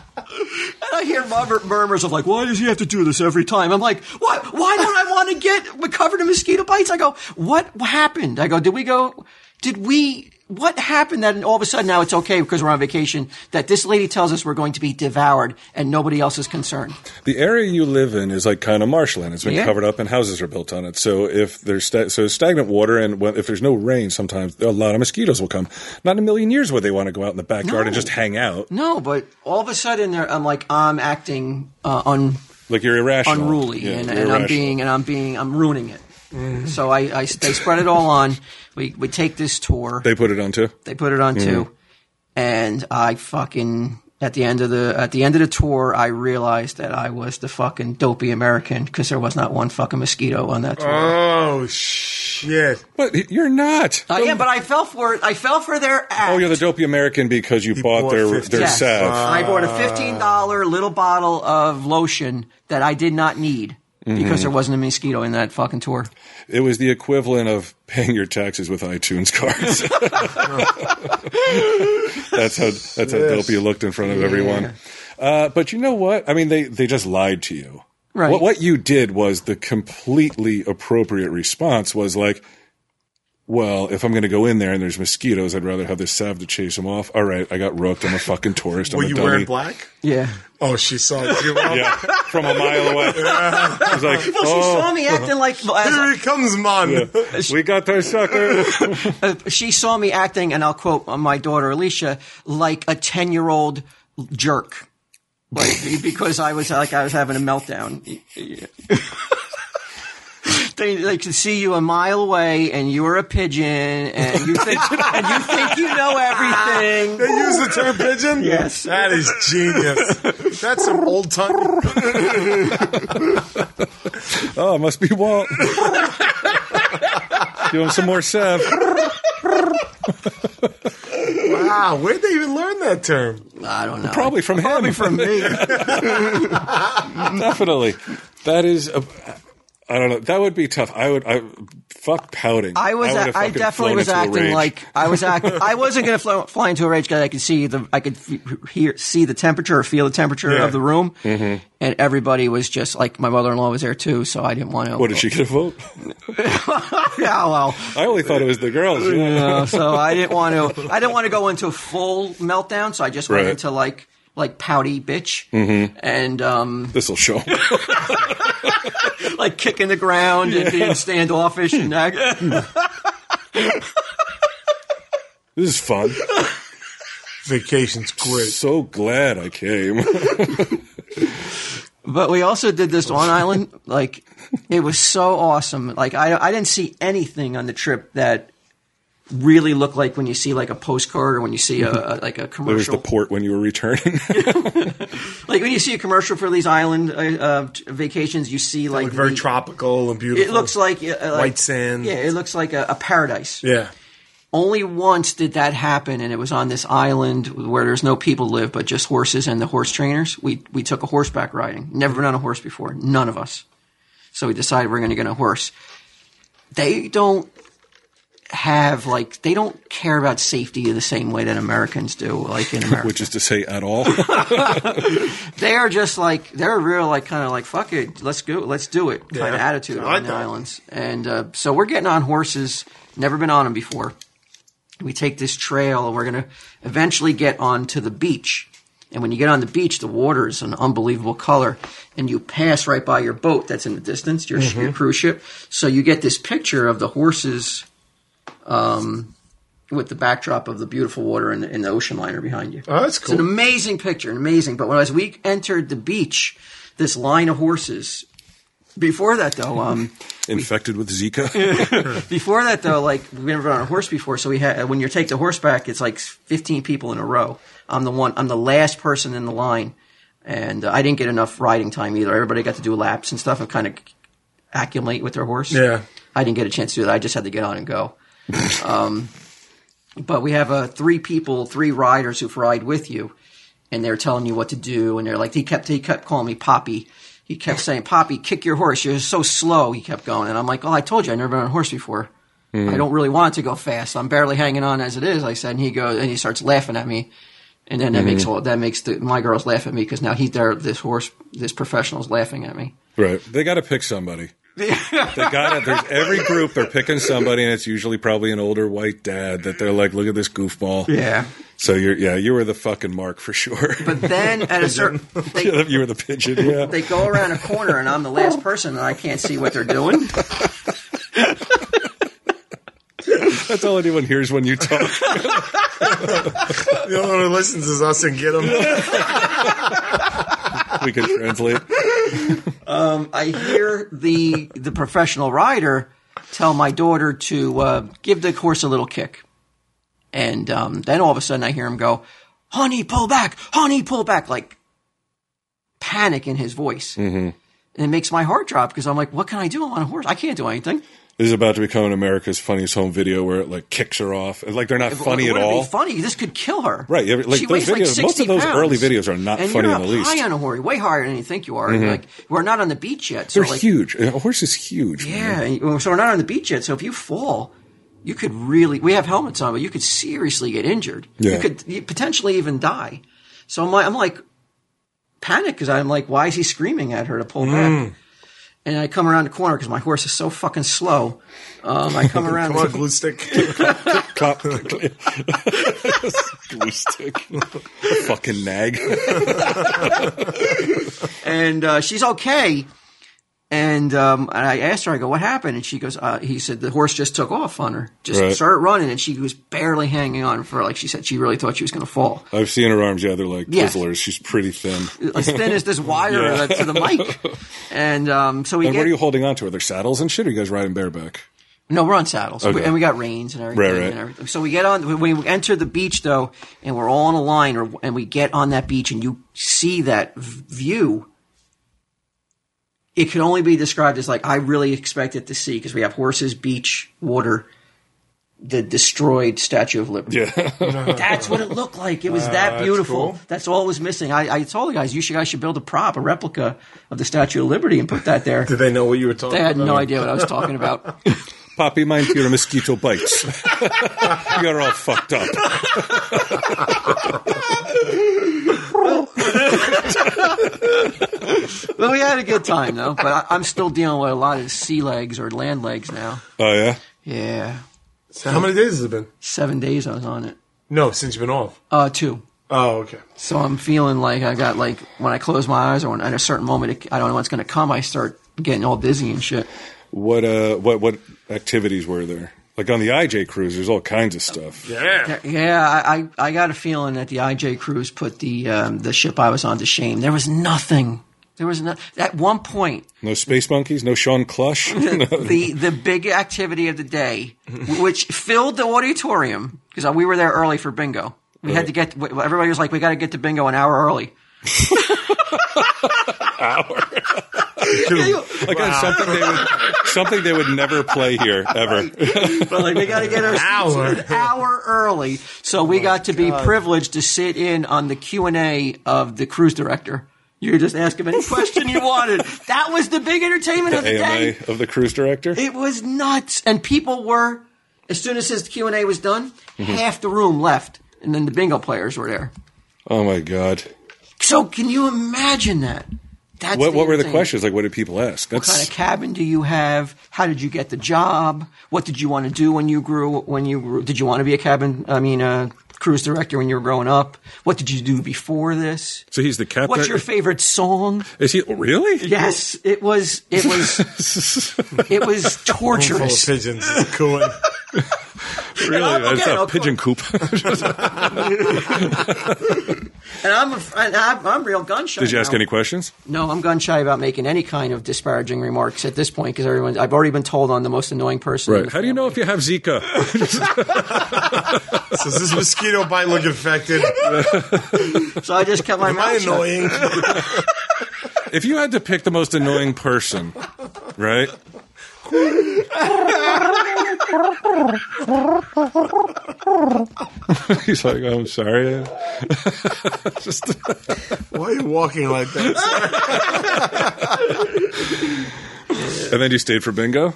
[SPEAKER 5] I hear murmur- murmurs of like, "Why does he have to do this every time?" I'm like, "What? Why don't I want to get covered in mosquito bites?" I go, "What happened?" I go, "Did we go? Did we?" What happened that all of a sudden now it's okay because we're on vacation that this lady tells us we're going to be devoured and nobody else is concerned?
[SPEAKER 2] The area you live in is like kind of marshland. It's been
[SPEAKER 5] Yeah.
[SPEAKER 2] covered up, and houses are built on it. So if there's sta- so stagnant water, and when, if there's no rain, sometimes a lot of mosquitoes will come. Not in a million years would they want to go out in the backyard and
[SPEAKER 5] No.
[SPEAKER 2] just hang out.
[SPEAKER 5] No, but all of a sudden they're- I'm like I'm acting uh, un,
[SPEAKER 2] Like you're irrational,
[SPEAKER 5] unruly
[SPEAKER 2] Yeah,
[SPEAKER 5] and,
[SPEAKER 2] you're
[SPEAKER 5] and I'm
[SPEAKER 2] irrational.
[SPEAKER 5] being and I'm being I'm ruining it. So I, I they spread it all on. We we take this tour.
[SPEAKER 2] They put it on too.
[SPEAKER 5] They put it on
[SPEAKER 2] Mm-hmm.
[SPEAKER 5] too, and I fucking at the end of the at the end of the tour, I realized that I was the fucking dopey American because there was not one fucking mosquito on that tour.
[SPEAKER 3] Oh, shit.
[SPEAKER 2] But you're not.
[SPEAKER 5] I am, Uh, but I fell for it. I fell for their act.
[SPEAKER 2] oh, you're the dopey American because you bought,
[SPEAKER 3] bought
[SPEAKER 2] their
[SPEAKER 3] 50.
[SPEAKER 2] their
[SPEAKER 5] Yes.
[SPEAKER 2] salve.
[SPEAKER 5] I bought a fifteen dollar little bottle of lotion that I did not need
[SPEAKER 2] Mm-hmm.
[SPEAKER 5] because there wasn't a mosquito in that fucking tour.
[SPEAKER 2] It was the equivalent of paying your taxes with iTunes cards. [LAUGHS] that's how that's how dopey you looked in front of everyone. Uh, but you know what? I mean, they they just lied to you.
[SPEAKER 5] Right.
[SPEAKER 2] What what you did was the completely appropriate response was like, well, if I'm going to go in there and there's mosquitoes, I'd rather have this salve to chase them off. All right, I got rooked. I'm a fucking tourist. I'm
[SPEAKER 3] Were
[SPEAKER 2] a
[SPEAKER 3] you
[SPEAKER 2] dummy.
[SPEAKER 3] wearing black?
[SPEAKER 5] Yeah.
[SPEAKER 3] Oh, she saw it too.
[SPEAKER 2] Yeah, from a mile
[SPEAKER 3] [LAUGHS]
[SPEAKER 2] away. I was like,
[SPEAKER 5] Well, she saw me acting like
[SPEAKER 3] "Oh, Here he comes, man.
[SPEAKER 2] oh, we got their sucker.
[SPEAKER 5] she saw me acting, and I'll quote my daughter Alicia, like a ten year old jerk, like because I was like I was having a meltdown. [LAUGHS] They, they can see you a mile away, and you're a pigeon, and you think and you think you know everything.
[SPEAKER 3] They use the term pigeon?
[SPEAKER 5] Yes.
[SPEAKER 3] That is genius. That's some old time.
[SPEAKER 2] Oh, it must be [LAUGHS] Walt. Give him some more Sev.
[SPEAKER 3] Wow, Ah, where'd they even learn that term?
[SPEAKER 5] I don't know.
[SPEAKER 2] Probably from him. [LAUGHS]
[SPEAKER 5] Probably from me.
[SPEAKER 2] Definitely. That is a, I don't know. That would be tough. I would. I fuck pouting.
[SPEAKER 5] I was.
[SPEAKER 2] would
[SPEAKER 5] I,
[SPEAKER 2] have fucking
[SPEAKER 5] definitely
[SPEAKER 2] flown
[SPEAKER 5] was
[SPEAKER 2] into a
[SPEAKER 5] acting
[SPEAKER 2] rage.
[SPEAKER 5] like I was. Act, I wasn't going to fly, fly into a rage because I could see the. I could f- hear, see the temperature or feel the temperature
[SPEAKER 3] Yeah.
[SPEAKER 5] of the room,
[SPEAKER 2] Mm-hmm.
[SPEAKER 5] and everybody was just like my mother-in-law was there too, so I didn't want to.
[SPEAKER 2] What did she get a vote?
[SPEAKER 5] [LAUGHS] yeah, well,
[SPEAKER 2] I only thought it was the girls. you know?
[SPEAKER 5] uh, so I didn't want to. I didn't want to go into full meltdown, so I just went
[SPEAKER 2] Right. Mm-hmm.
[SPEAKER 5] into like like pouty bitch and um
[SPEAKER 2] This'll show. 'em.
[SPEAKER 5] like kicking the ground and being standoffish and act,
[SPEAKER 2] This is fun.
[SPEAKER 3] Vacation's great.
[SPEAKER 2] So glad I came.
[SPEAKER 5] But we also did this
[SPEAKER 3] [LAUGHS]
[SPEAKER 5] on island. Like it was so awesome. Like I I didn't see anything on the trip that really looked like when you see like a postcard or when you see a,
[SPEAKER 3] Mm-hmm.
[SPEAKER 5] a- like a
[SPEAKER 2] There's the
[SPEAKER 5] commercial.
[SPEAKER 2] port when you were returning. [LAUGHS]
[SPEAKER 5] like when you see a commercial for these island uh, uh, t- vacations, you see like
[SPEAKER 3] Like very
[SPEAKER 5] the-
[SPEAKER 3] tropical and beautiful.
[SPEAKER 5] It looks like, uh, like
[SPEAKER 3] White sand.
[SPEAKER 5] Yeah, it looks like a, a paradise.
[SPEAKER 3] Yeah.
[SPEAKER 5] Only once did that happen, and it was on this island where there's no people live, but just horses and the horse trainers. We we took a horseback riding. Never been on a horse before. None of us. So we decided we're going to get a horse. They don't have like they don't care about safety the same way that Americans do. Like in America,
[SPEAKER 2] which is to say at [LAUGHS] all.
[SPEAKER 5] they are just like they're real like kind of like fuck it let's go let's do it kind of
[SPEAKER 3] Yeah.
[SPEAKER 5] attitude
[SPEAKER 3] I
[SPEAKER 5] on
[SPEAKER 3] like
[SPEAKER 5] the
[SPEAKER 3] that.
[SPEAKER 5] islands and uh, so we're getting on horses never been on them before we take this trail and we're going to eventually get onto the beach and when you get on the beach the water is an unbelievable color and you pass right by your boat that's in the distance your, sh
[SPEAKER 3] Mm-hmm.
[SPEAKER 5] your cruise ship so you get this picture of the horses um, with the backdrop of the beautiful water and the, and the ocean liner behind you
[SPEAKER 3] Oh, that's
[SPEAKER 5] it's an
[SPEAKER 3] cool.
[SPEAKER 5] amazing picture, an amazing. But when as we entered the beach, this line of horses. Before that, though,
[SPEAKER 3] [LAUGHS]
[SPEAKER 5] um,
[SPEAKER 2] Infected with [LAUGHS] Zika.
[SPEAKER 5] before that though, like we've never been on a horse before, so we had when you take the horseback, it's like 15 people in a row. I'm the one, I'm the last person in the line, and uh, I didn't get enough riding time either. Everybody got to do laps and stuff and kind of accumulate with their horse.
[SPEAKER 3] Yeah.
[SPEAKER 5] I didn't get a chance to do that. I just had to get on and go. um, but we have uh, three people, three riders who've ride with you, and they're telling you what to do. And they're like, he kept, he kept calling me Poppy. He kept saying, Poppy, kick your horse. You're so slow. He kept going. And I'm like, oh, I told you, I've never been on a horse before. I don't really want it to go fast. I'm barely hanging on as it is. I said, and he goes, and he starts laughing at me. And then that makes all, that makes the, my girls laugh at me because now he's there. This horse, this professional's laughing at me.
[SPEAKER 2] right. They got to pick somebody. they got it. There's every group they're picking somebody, and it's usually probably an older white dad that they're like, "Look at this goofball."
[SPEAKER 5] Yeah.
[SPEAKER 2] So you're, yeah, you were the fucking mark for sure.
[SPEAKER 5] But then at a certain, they,
[SPEAKER 2] [LAUGHS] you were the pigeon. Yeah.
[SPEAKER 5] they go around a corner and I'm the last person and I can't see what they're doing.
[SPEAKER 2] That's all anyone hears when you talk.
[SPEAKER 3] The only one who listens is us and get them.
[SPEAKER 2] we can translate.
[SPEAKER 5] I hear the the professional rider tell my daughter to uh, give the horse a little kick, and um, then all of a sudden I hear him go, "Honey, pull back! Honey, pull back!" Like panic in his voice, mm-hmm. and it makes my heart drop because I'm like, "What can I do? I'm on a horse. I can't do anything."
[SPEAKER 2] This is about to become an America's Funniest Home Video where it like kicks her off. And, like they're not funny
[SPEAKER 5] Would
[SPEAKER 2] at
[SPEAKER 5] it
[SPEAKER 2] all.
[SPEAKER 5] Be funny. This could kill her.
[SPEAKER 2] Right, yeah, like,
[SPEAKER 5] she
[SPEAKER 2] those
[SPEAKER 5] weighs like
[SPEAKER 2] videos- most
[SPEAKER 5] 60
[SPEAKER 2] of those
[SPEAKER 5] pounds.
[SPEAKER 2] early videos are not
[SPEAKER 5] and
[SPEAKER 2] funny
[SPEAKER 5] you're
[SPEAKER 2] in the
[SPEAKER 5] up
[SPEAKER 2] least. Mm-hmm.
[SPEAKER 5] High on a horse, way higher than you think you are. Like we're not on the beach yet. So
[SPEAKER 2] they're
[SPEAKER 5] like,
[SPEAKER 2] huge. A horse is huge. man.
[SPEAKER 5] Yeah, and- well, so we're not on the beach yet. So if you fall, you could really. We have helmets on, but you could seriously get injured.
[SPEAKER 2] Yeah.
[SPEAKER 5] You could you potentially even die. So I'm like, I'm like panic because I'm like, why is he screaming at her to pull
[SPEAKER 2] Mm.
[SPEAKER 5] back? And I come around the corner because my horse is so fucking slow. Um,
[SPEAKER 2] [LAUGHS]
[SPEAKER 5] I come around.
[SPEAKER 3] Come on,
[SPEAKER 5] [LAUGHS]
[SPEAKER 3] glue stick.
[SPEAKER 2] Clap. Glue stick. Fucking nag.
[SPEAKER 5] and uh, she's okay. And, um, and I asked her, I go, what happened? And she goes, uh, he said the horse just took off on her, just
[SPEAKER 2] Right.
[SPEAKER 5] started running, and she was barely hanging on for like she said she really thought she was going to fall,
[SPEAKER 2] I've seen her arms. Yeah, they're like
[SPEAKER 5] Yeah.
[SPEAKER 2] twizzlers. She's pretty thin.
[SPEAKER 5] as thin as this wire
[SPEAKER 2] [LAUGHS] Yeah.
[SPEAKER 5] to the mic. And um, so we
[SPEAKER 2] And
[SPEAKER 5] get
[SPEAKER 2] what are you holding on to? Are there saddles and shit? Or are you guys riding bareback?
[SPEAKER 5] no, we're on saddles,
[SPEAKER 2] Okay.
[SPEAKER 5] and we got reins and everything
[SPEAKER 2] Right, right.
[SPEAKER 5] and everything. So we get on when we enter the beach though, and we're all on a line, or, and we get on that beach, and you see that v- view. It can only be described as like I really expected to see because we have horses, beach, water. the destroyed Statue of Liberty.
[SPEAKER 2] Yeah. Ah,
[SPEAKER 5] That's what it looked like. It was that beautiful.
[SPEAKER 3] cool.
[SPEAKER 5] That's, all it was missing. I, I told the guys, you should guys should build a prop, a replica of the Statue of Liberty, and put
[SPEAKER 2] [LAUGHS]
[SPEAKER 5] that there.
[SPEAKER 3] Did they know what you were talking
[SPEAKER 5] They
[SPEAKER 3] about?
[SPEAKER 5] had no idea what I was talking about.
[SPEAKER 2] Poppy, mind fear of mosquito bites. [LAUGHS] You're all fucked up.
[SPEAKER 5] But we had a good time though. But I, I'm still dealing with a lot of sea legs or land legs now.
[SPEAKER 2] Oh, yeah?
[SPEAKER 5] Yeah,
[SPEAKER 3] So How many days has it been?
[SPEAKER 5] seven days I was on it.
[SPEAKER 3] No, since you've been off.
[SPEAKER 5] Uh, two.
[SPEAKER 3] Oh, okay.
[SPEAKER 5] So I'm feeling like I got like when I close my eyes or when at a certain moment it, I don't know what's going to come. I start getting all dizzy and shit.
[SPEAKER 2] What, uh, what, what activities were there? Like on the IJ cruise, there's all kinds of stuff.
[SPEAKER 3] Yeah.
[SPEAKER 5] Yeah, I, I, I got a feeling that the IJ Cruise put the um, the ship I was on to shame. There was nothing. There was no, at one point
[SPEAKER 2] No space monkeys? No Sean Clush? [LAUGHS]
[SPEAKER 5] the the big activity of the day, which filled the auditorium because we were there early for bingo. We had to get everybody was like, we got to get to bingo an hour early. [LAUGHS]
[SPEAKER 2] Again, uh, something they would something they would never play here ever.
[SPEAKER 5] But like, we got to get our
[SPEAKER 3] Hour.
[SPEAKER 5] seats an hour early. So we got to be privileged to sit in on the Q and A of the cruise director. You could just ask him any question you wanted. That was the big entertainment of the day.
[SPEAKER 2] AMA of the cruise director.
[SPEAKER 5] It was nuts, and people were. As soon as his Q and A was done,
[SPEAKER 2] Mm-hmm.
[SPEAKER 5] half the room left, and then the bingo players were there.
[SPEAKER 2] Oh my god!
[SPEAKER 5] So can you imagine that? That's
[SPEAKER 2] What what were the
[SPEAKER 5] insane-
[SPEAKER 2] questions? Like, what did people ask? That's
[SPEAKER 5] What kind of cabin do you have? How did you get the job? What did you want to do when you grew? When you grew, did you want to be a cabin? I mean, a cruise director when you were growing up. What did you do before this?
[SPEAKER 2] so. He's the captain.
[SPEAKER 5] What's your favorite song?
[SPEAKER 2] Is he oh,
[SPEAKER 5] [LAUGHS]
[SPEAKER 2] really?
[SPEAKER 5] Yes, it was. It was.
[SPEAKER 2] [LAUGHS]
[SPEAKER 5] it was
[SPEAKER 3] Full of
[SPEAKER 5] torturous.
[SPEAKER 3] pigeons. Cooling.
[SPEAKER 2] Really? That's
[SPEAKER 5] okay,
[SPEAKER 2] a
[SPEAKER 5] of
[SPEAKER 2] pigeon
[SPEAKER 5] [LAUGHS]
[SPEAKER 2] coop. [LAUGHS]
[SPEAKER 5] And I'm, a, and I'm, I'm real gun shy.
[SPEAKER 2] did you ask
[SPEAKER 5] now.
[SPEAKER 2] any questions?
[SPEAKER 5] No, I'm gun shy about making any kind of disparaging remarks at this point because everyone. I've already been told I'm the most annoying person. in
[SPEAKER 2] Right.
[SPEAKER 5] the
[SPEAKER 2] How do you know if you have Zika?
[SPEAKER 3] [LAUGHS] so does this mosquito bite look infected?
[SPEAKER 5] So I just kept my
[SPEAKER 3] Am I
[SPEAKER 5] mouth shut.
[SPEAKER 3] annoying?
[SPEAKER 2] if you had to pick the most annoying person, [LAUGHS] right? He's like, "Oh, I'm sorry. Just
[SPEAKER 3] [LAUGHS] Why are you walking like that?
[SPEAKER 2] And then you stayed for bingo?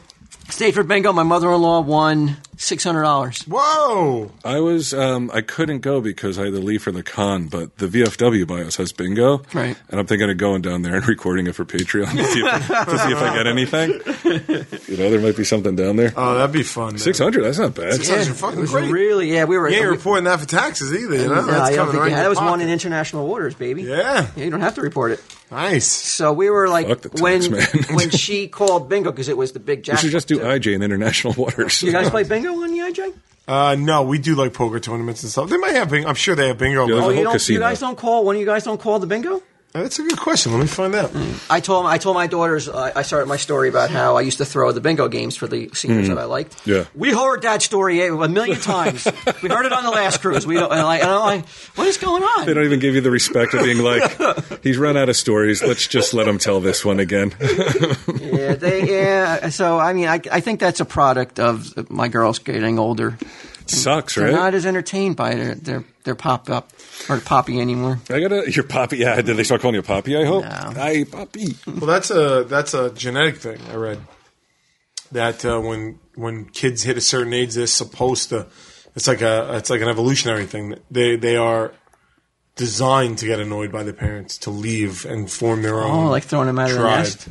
[SPEAKER 5] Stayed for bingo. My mother-in-law won six hundred dollars.
[SPEAKER 3] Whoa.
[SPEAKER 2] I was um, I couldn't go because I had to leave for the con, but the VFW BIOS has bingo,
[SPEAKER 5] Right.
[SPEAKER 2] And I'm thinking of going down there and [LAUGHS] recording it for Patreon to see if, to see if I get
[SPEAKER 5] [LAUGHS]
[SPEAKER 2] anything. You know, there might be something down there.
[SPEAKER 3] Oh, that'd be fun. man.
[SPEAKER 2] Six hundred? That's not bad.
[SPEAKER 3] Six- That's fucking
[SPEAKER 5] it was
[SPEAKER 3] great.
[SPEAKER 5] really yeah. We were
[SPEAKER 3] You ain't
[SPEAKER 5] we-
[SPEAKER 3] reporting that for taxes either, you
[SPEAKER 5] no,
[SPEAKER 3] know?
[SPEAKER 5] I
[SPEAKER 3] That's
[SPEAKER 5] don't
[SPEAKER 3] coming
[SPEAKER 5] think-
[SPEAKER 3] right
[SPEAKER 5] yeah,
[SPEAKER 3] in
[SPEAKER 5] that
[SPEAKER 3] your
[SPEAKER 5] was one in
[SPEAKER 3] pocket.
[SPEAKER 5] international waters, baby.
[SPEAKER 3] Yeah.
[SPEAKER 5] you don't have to report it.
[SPEAKER 3] Nice.
[SPEAKER 5] So we were like
[SPEAKER 2] Fuck the tax,
[SPEAKER 5] when
[SPEAKER 2] man.
[SPEAKER 5] [LAUGHS] when she called bingo because it was the big
[SPEAKER 2] We
[SPEAKER 5] jackpot.
[SPEAKER 2] should just do
[SPEAKER 5] too.
[SPEAKER 2] IJ in international [LAUGHS] waters.
[SPEAKER 5] You guys play bingo on the IJ?
[SPEAKER 3] Uh, no, we do like poker tournaments and stuff. They might have bingo. I'm sure they have bingo.
[SPEAKER 2] Yeah,
[SPEAKER 3] but-
[SPEAKER 5] Oh,
[SPEAKER 2] whole
[SPEAKER 5] you don't.
[SPEAKER 2] casino.
[SPEAKER 5] You guys don't call. One of you guys don't call the bingo.
[SPEAKER 3] That's a good question. Let me find out.
[SPEAKER 5] I told I told my daughters uh, I I started my story about how I used to throw the bingo games for the seniors
[SPEAKER 3] Mm.
[SPEAKER 5] that I liked.
[SPEAKER 2] Yeah.
[SPEAKER 5] we heard that story a a
[SPEAKER 3] [LAUGHS]
[SPEAKER 5] million times. we heard it on the last cruise. We don't, and, I, and I'm like, what is going on?
[SPEAKER 2] They don't even give you the respect of being
[SPEAKER 5] [LAUGHS]
[SPEAKER 2] like, he's run out of stories. Let's just let him tell this one again. [LAUGHS]
[SPEAKER 3] [LAUGHS]
[SPEAKER 5] yeah, they, yeah. So I mean, I, I think that's a product of my girls getting older.
[SPEAKER 2] Sucks,
[SPEAKER 5] They're
[SPEAKER 2] right?
[SPEAKER 5] not as entertained by their their, their pop up or poppy anymore.
[SPEAKER 2] I gotta. Your poppy. Yeah, did they start calling you poppy? I hope.
[SPEAKER 5] No.
[SPEAKER 2] Hey, poppy.
[SPEAKER 3] Well, that's a that's a genetic thing. I read that uh, when when kids hit a certain age, they're supposed to. It's like a it's like an evolutionary thing. They they are designed to get annoyed by their parents to leave and form their own.
[SPEAKER 5] Oh, like throwing them out of the
[SPEAKER 3] tribe.
[SPEAKER 5] nest,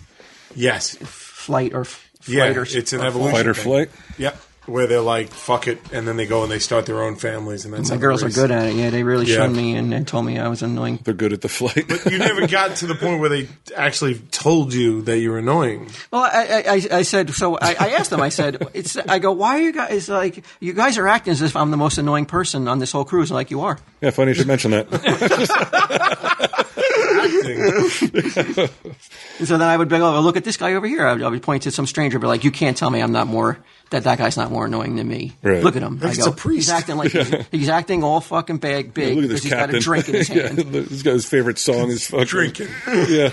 [SPEAKER 3] Yes,
[SPEAKER 5] flight or f-
[SPEAKER 3] yeah,
[SPEAKER 5] flight or
[SPEAKER 3] it's an
[SPEAKER 5] or
[SPEAKER 3] evolution.
[SPEAKER 2] Fight or
[SPEAKER 3] thing.
[SPEAKER 2] flight.
[SPEAKER 3] Yep. Where they're like, fuck it, and then they go and they start their own families, and that's
[SPEAKER 5] My girls are good at it. Yeah, they really
[SPEAKER 3] Yeah.
[SPEAKER 5] shunned me and, and told me I was annoying.
[SPEAKER 2] They're good at the flight.
[SPEAKER 3] [LAUGHS] You never got to the point where they actually told you that you were annoying.
[SPEAKER 5] Well, I, I- I, I said so. I, I asked them. I said, [LAUGHS] "It's." I go, "Why are you guys like? You guys are acting as if I'm the most annoying person on this whole cruise, like you are."
[SPEAKER 2] [LAUGHS] yeah, funny you should mention
[SPEAKER 3] [LAUGHS]
[SPEAKER 2] that.
[SPEAKER 5] And so then I would be like, "Oh, look at this guy over here." I would, I would point to some stranger, but like, "You can't tell me I'm not more that that guy's not more annoying than me."
[SPEAKER 2] Right.
[SPEAKER 5] Look at him. I
[SPEAKER 3] He's
[SPEAKER 5] go,
[SPEAKER 3] a
[SPEAKER 5] He's
[SPEAKER 3] priest.
[SPEAKER 5] acting
[SPEAKER 2] [LAUGHS]
[SPEAKER 5] like he's, he's acting all fucking big, big
[SPEAKER 2] Look at
[SPEAKER 5] because
[SPEAKER 2] this
[SPEAKER 5] he's
[SPEAKER 2] captain.
[SPEAKER 5] got a drink in his
[SPEAKER 2] [LAUGHS] Yeah,
[SPEAKER 5] hand.
[SPEAKER 2] look, this guy's favorite song is fucking
[SPEAKER 3] Drinking.
[SPEAKER 2] [LAUGHS] Yeah.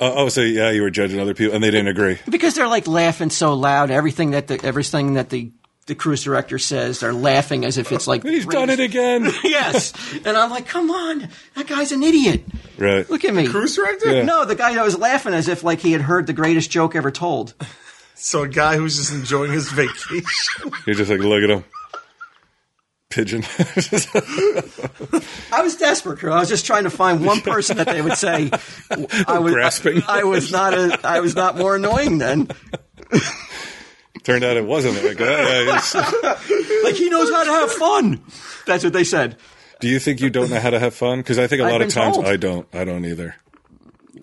[SPEAKER 2] Uh, oh, so yeah, you were judging other people, and they didn't agree.
[SPEAKER 5] Because they're like laughing so loud, everything that the everything that the the cruise director says they're laughing as if it's like
[SPEAKER 2] He's done it again.
[SPEAKER 5] [LAUGHS] yes. And I'm like, come on, that guy's an idiot.
[SPEAKER 2] Right.
[SPEAKER 5] Look at me.
[SPEAKER 3] Cruise director?
[SPEAKER 2] Yeah.
[SPEAKER 5] No, the guy that was laughing as if like he had heard the greatest joke ever told.
[SPEAKER 3] So a guy who's just enjoying his vacation.
[SPEAKER 2] You're just like, look at him. Pigeon. [LAUGHS]
[SPEAKER 5] I was desperate, Carl. I was just trying to find one person that they
[SPEAKER 2] [LAUGHS]
[SPEAKER 5] would say I was
[SPEAKER 2] Grasping.
[SPEAKER 5] I, was not a, I was not more annoying than.
[SPEAKER 2] Turned out it wasn't. Like, yeah, yeah, it's-
[SPEAKER 5] Like he knows how to have fun. That's what they said.
[SPEAKER 2] [LAUGHS] do you think you don't know how to have fun? Because I think a
[SPEAKER 5] I've
[SPEAKER 2] lot of
[SPEAKER 5] been
[SPEAKER 2] times
[SPEAKER 5] told.
[SPEAKER 2] I don't. I don't either.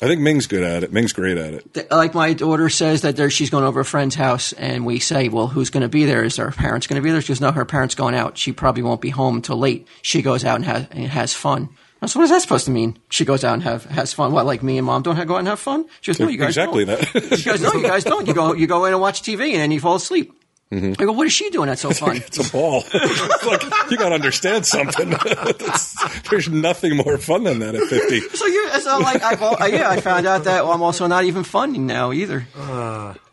[SPEAKER 2] I think Ming's good at it. Ming's great at it.
[SPEAKER 5] Th- Like my daughter says that there, she's going over a friend's house, and we say, "Well, who's going to be there? Is her parents going to be there?" She goes, "No, her parents going out. She probably won't be home till late." She goes out and has, and has fun. I said, "What is that supposed to mean?" She goes out and have has fun. What, like me and mom don't have, go out and have fun? She goes, "No, you guys
[SPEAKER 2] exactly
[SPEAKER 5] don't."
[SPEAKER 2] that. [LAUGHS]
[SPEAKER 5] She goes, "No, you guys don't. You go you go in and watch TV, and then you fall asleep."
[SPEAKER 2] Mm-hmm.
[SPEAKER 5] I go, "What is she doing? That's
[SPEAKER 2] [LAUGHS]
[SPEAKER 5] so fun."
[SPEAKER 2] it's a ball. It's like you got to understand something. [LAUGHS] That's- There's nothing more fun than that at 50.
[SPEAKER 5] So you, it's not like I've, al- yeah, I found out that I'm also not even funny now either.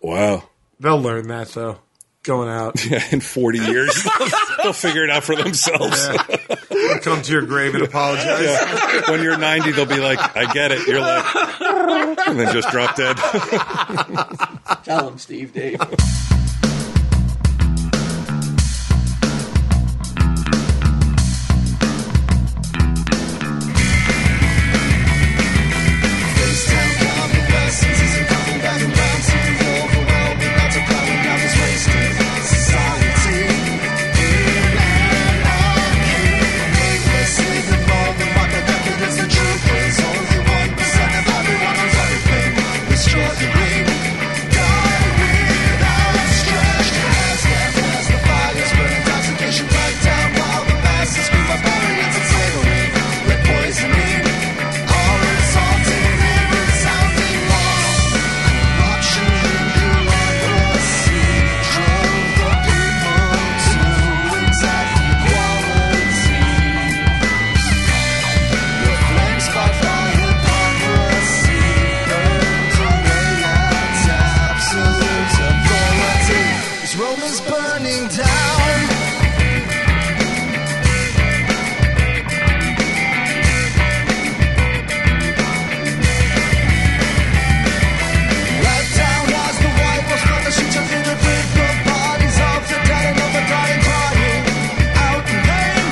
[SPEAKER 2] Wow.
[SPEAKER 3] They'll learn that though. Going out,
[SPEAKER 2] Yeah, [LAUGHS] in 40 years, they'll figure it out for themselves.
[SPEAKER 3] come to your grave and apologize.
[SPEAKER 2] Yeah. When you're 90, they'll be like, I get it. You're like, and then just drop dead.
[SPEAKER 5] Tell him, Steve, Dave.
[SPEAKER 4] Right down while the masses scream barbarians and slavery with poisoning, all insulting and resounding loss. Corruption and bureaucracy drove the people to exact equality. The flames sparked by hypocrisy burned away at absolute authority. This Rome is burning down. Right down was the white was from the streets of the big good bodies of the dead and of the dying crying out in vain.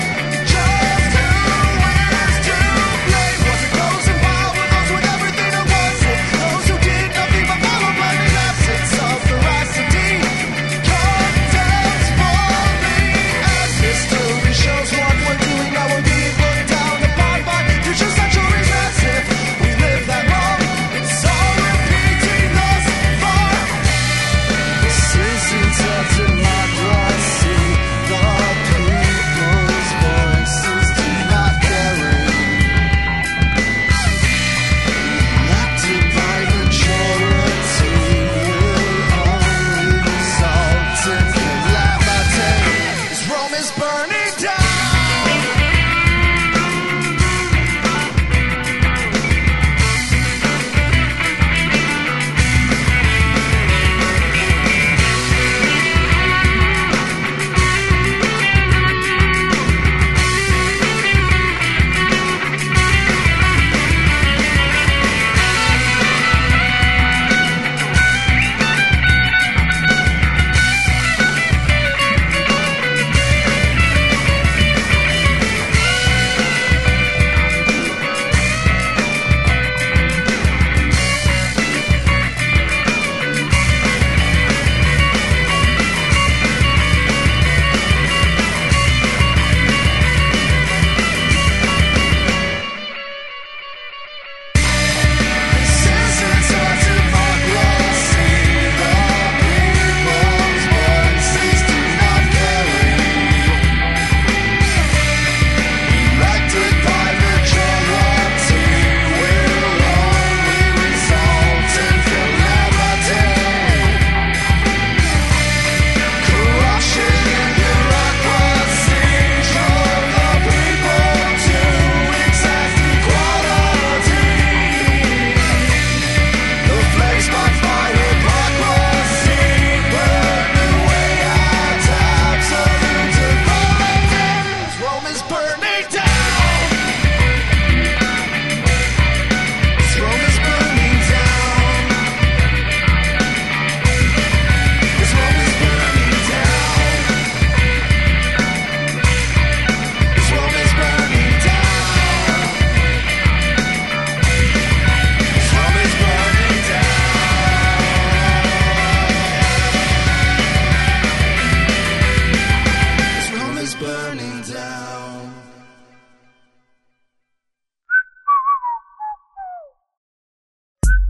[SPEAKER 4] Just who is to blame? Was it those in power, those with everything, or was it those who did nothing but follow blind the absence of veracity? Condemned for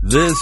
[SPEAKER 6] This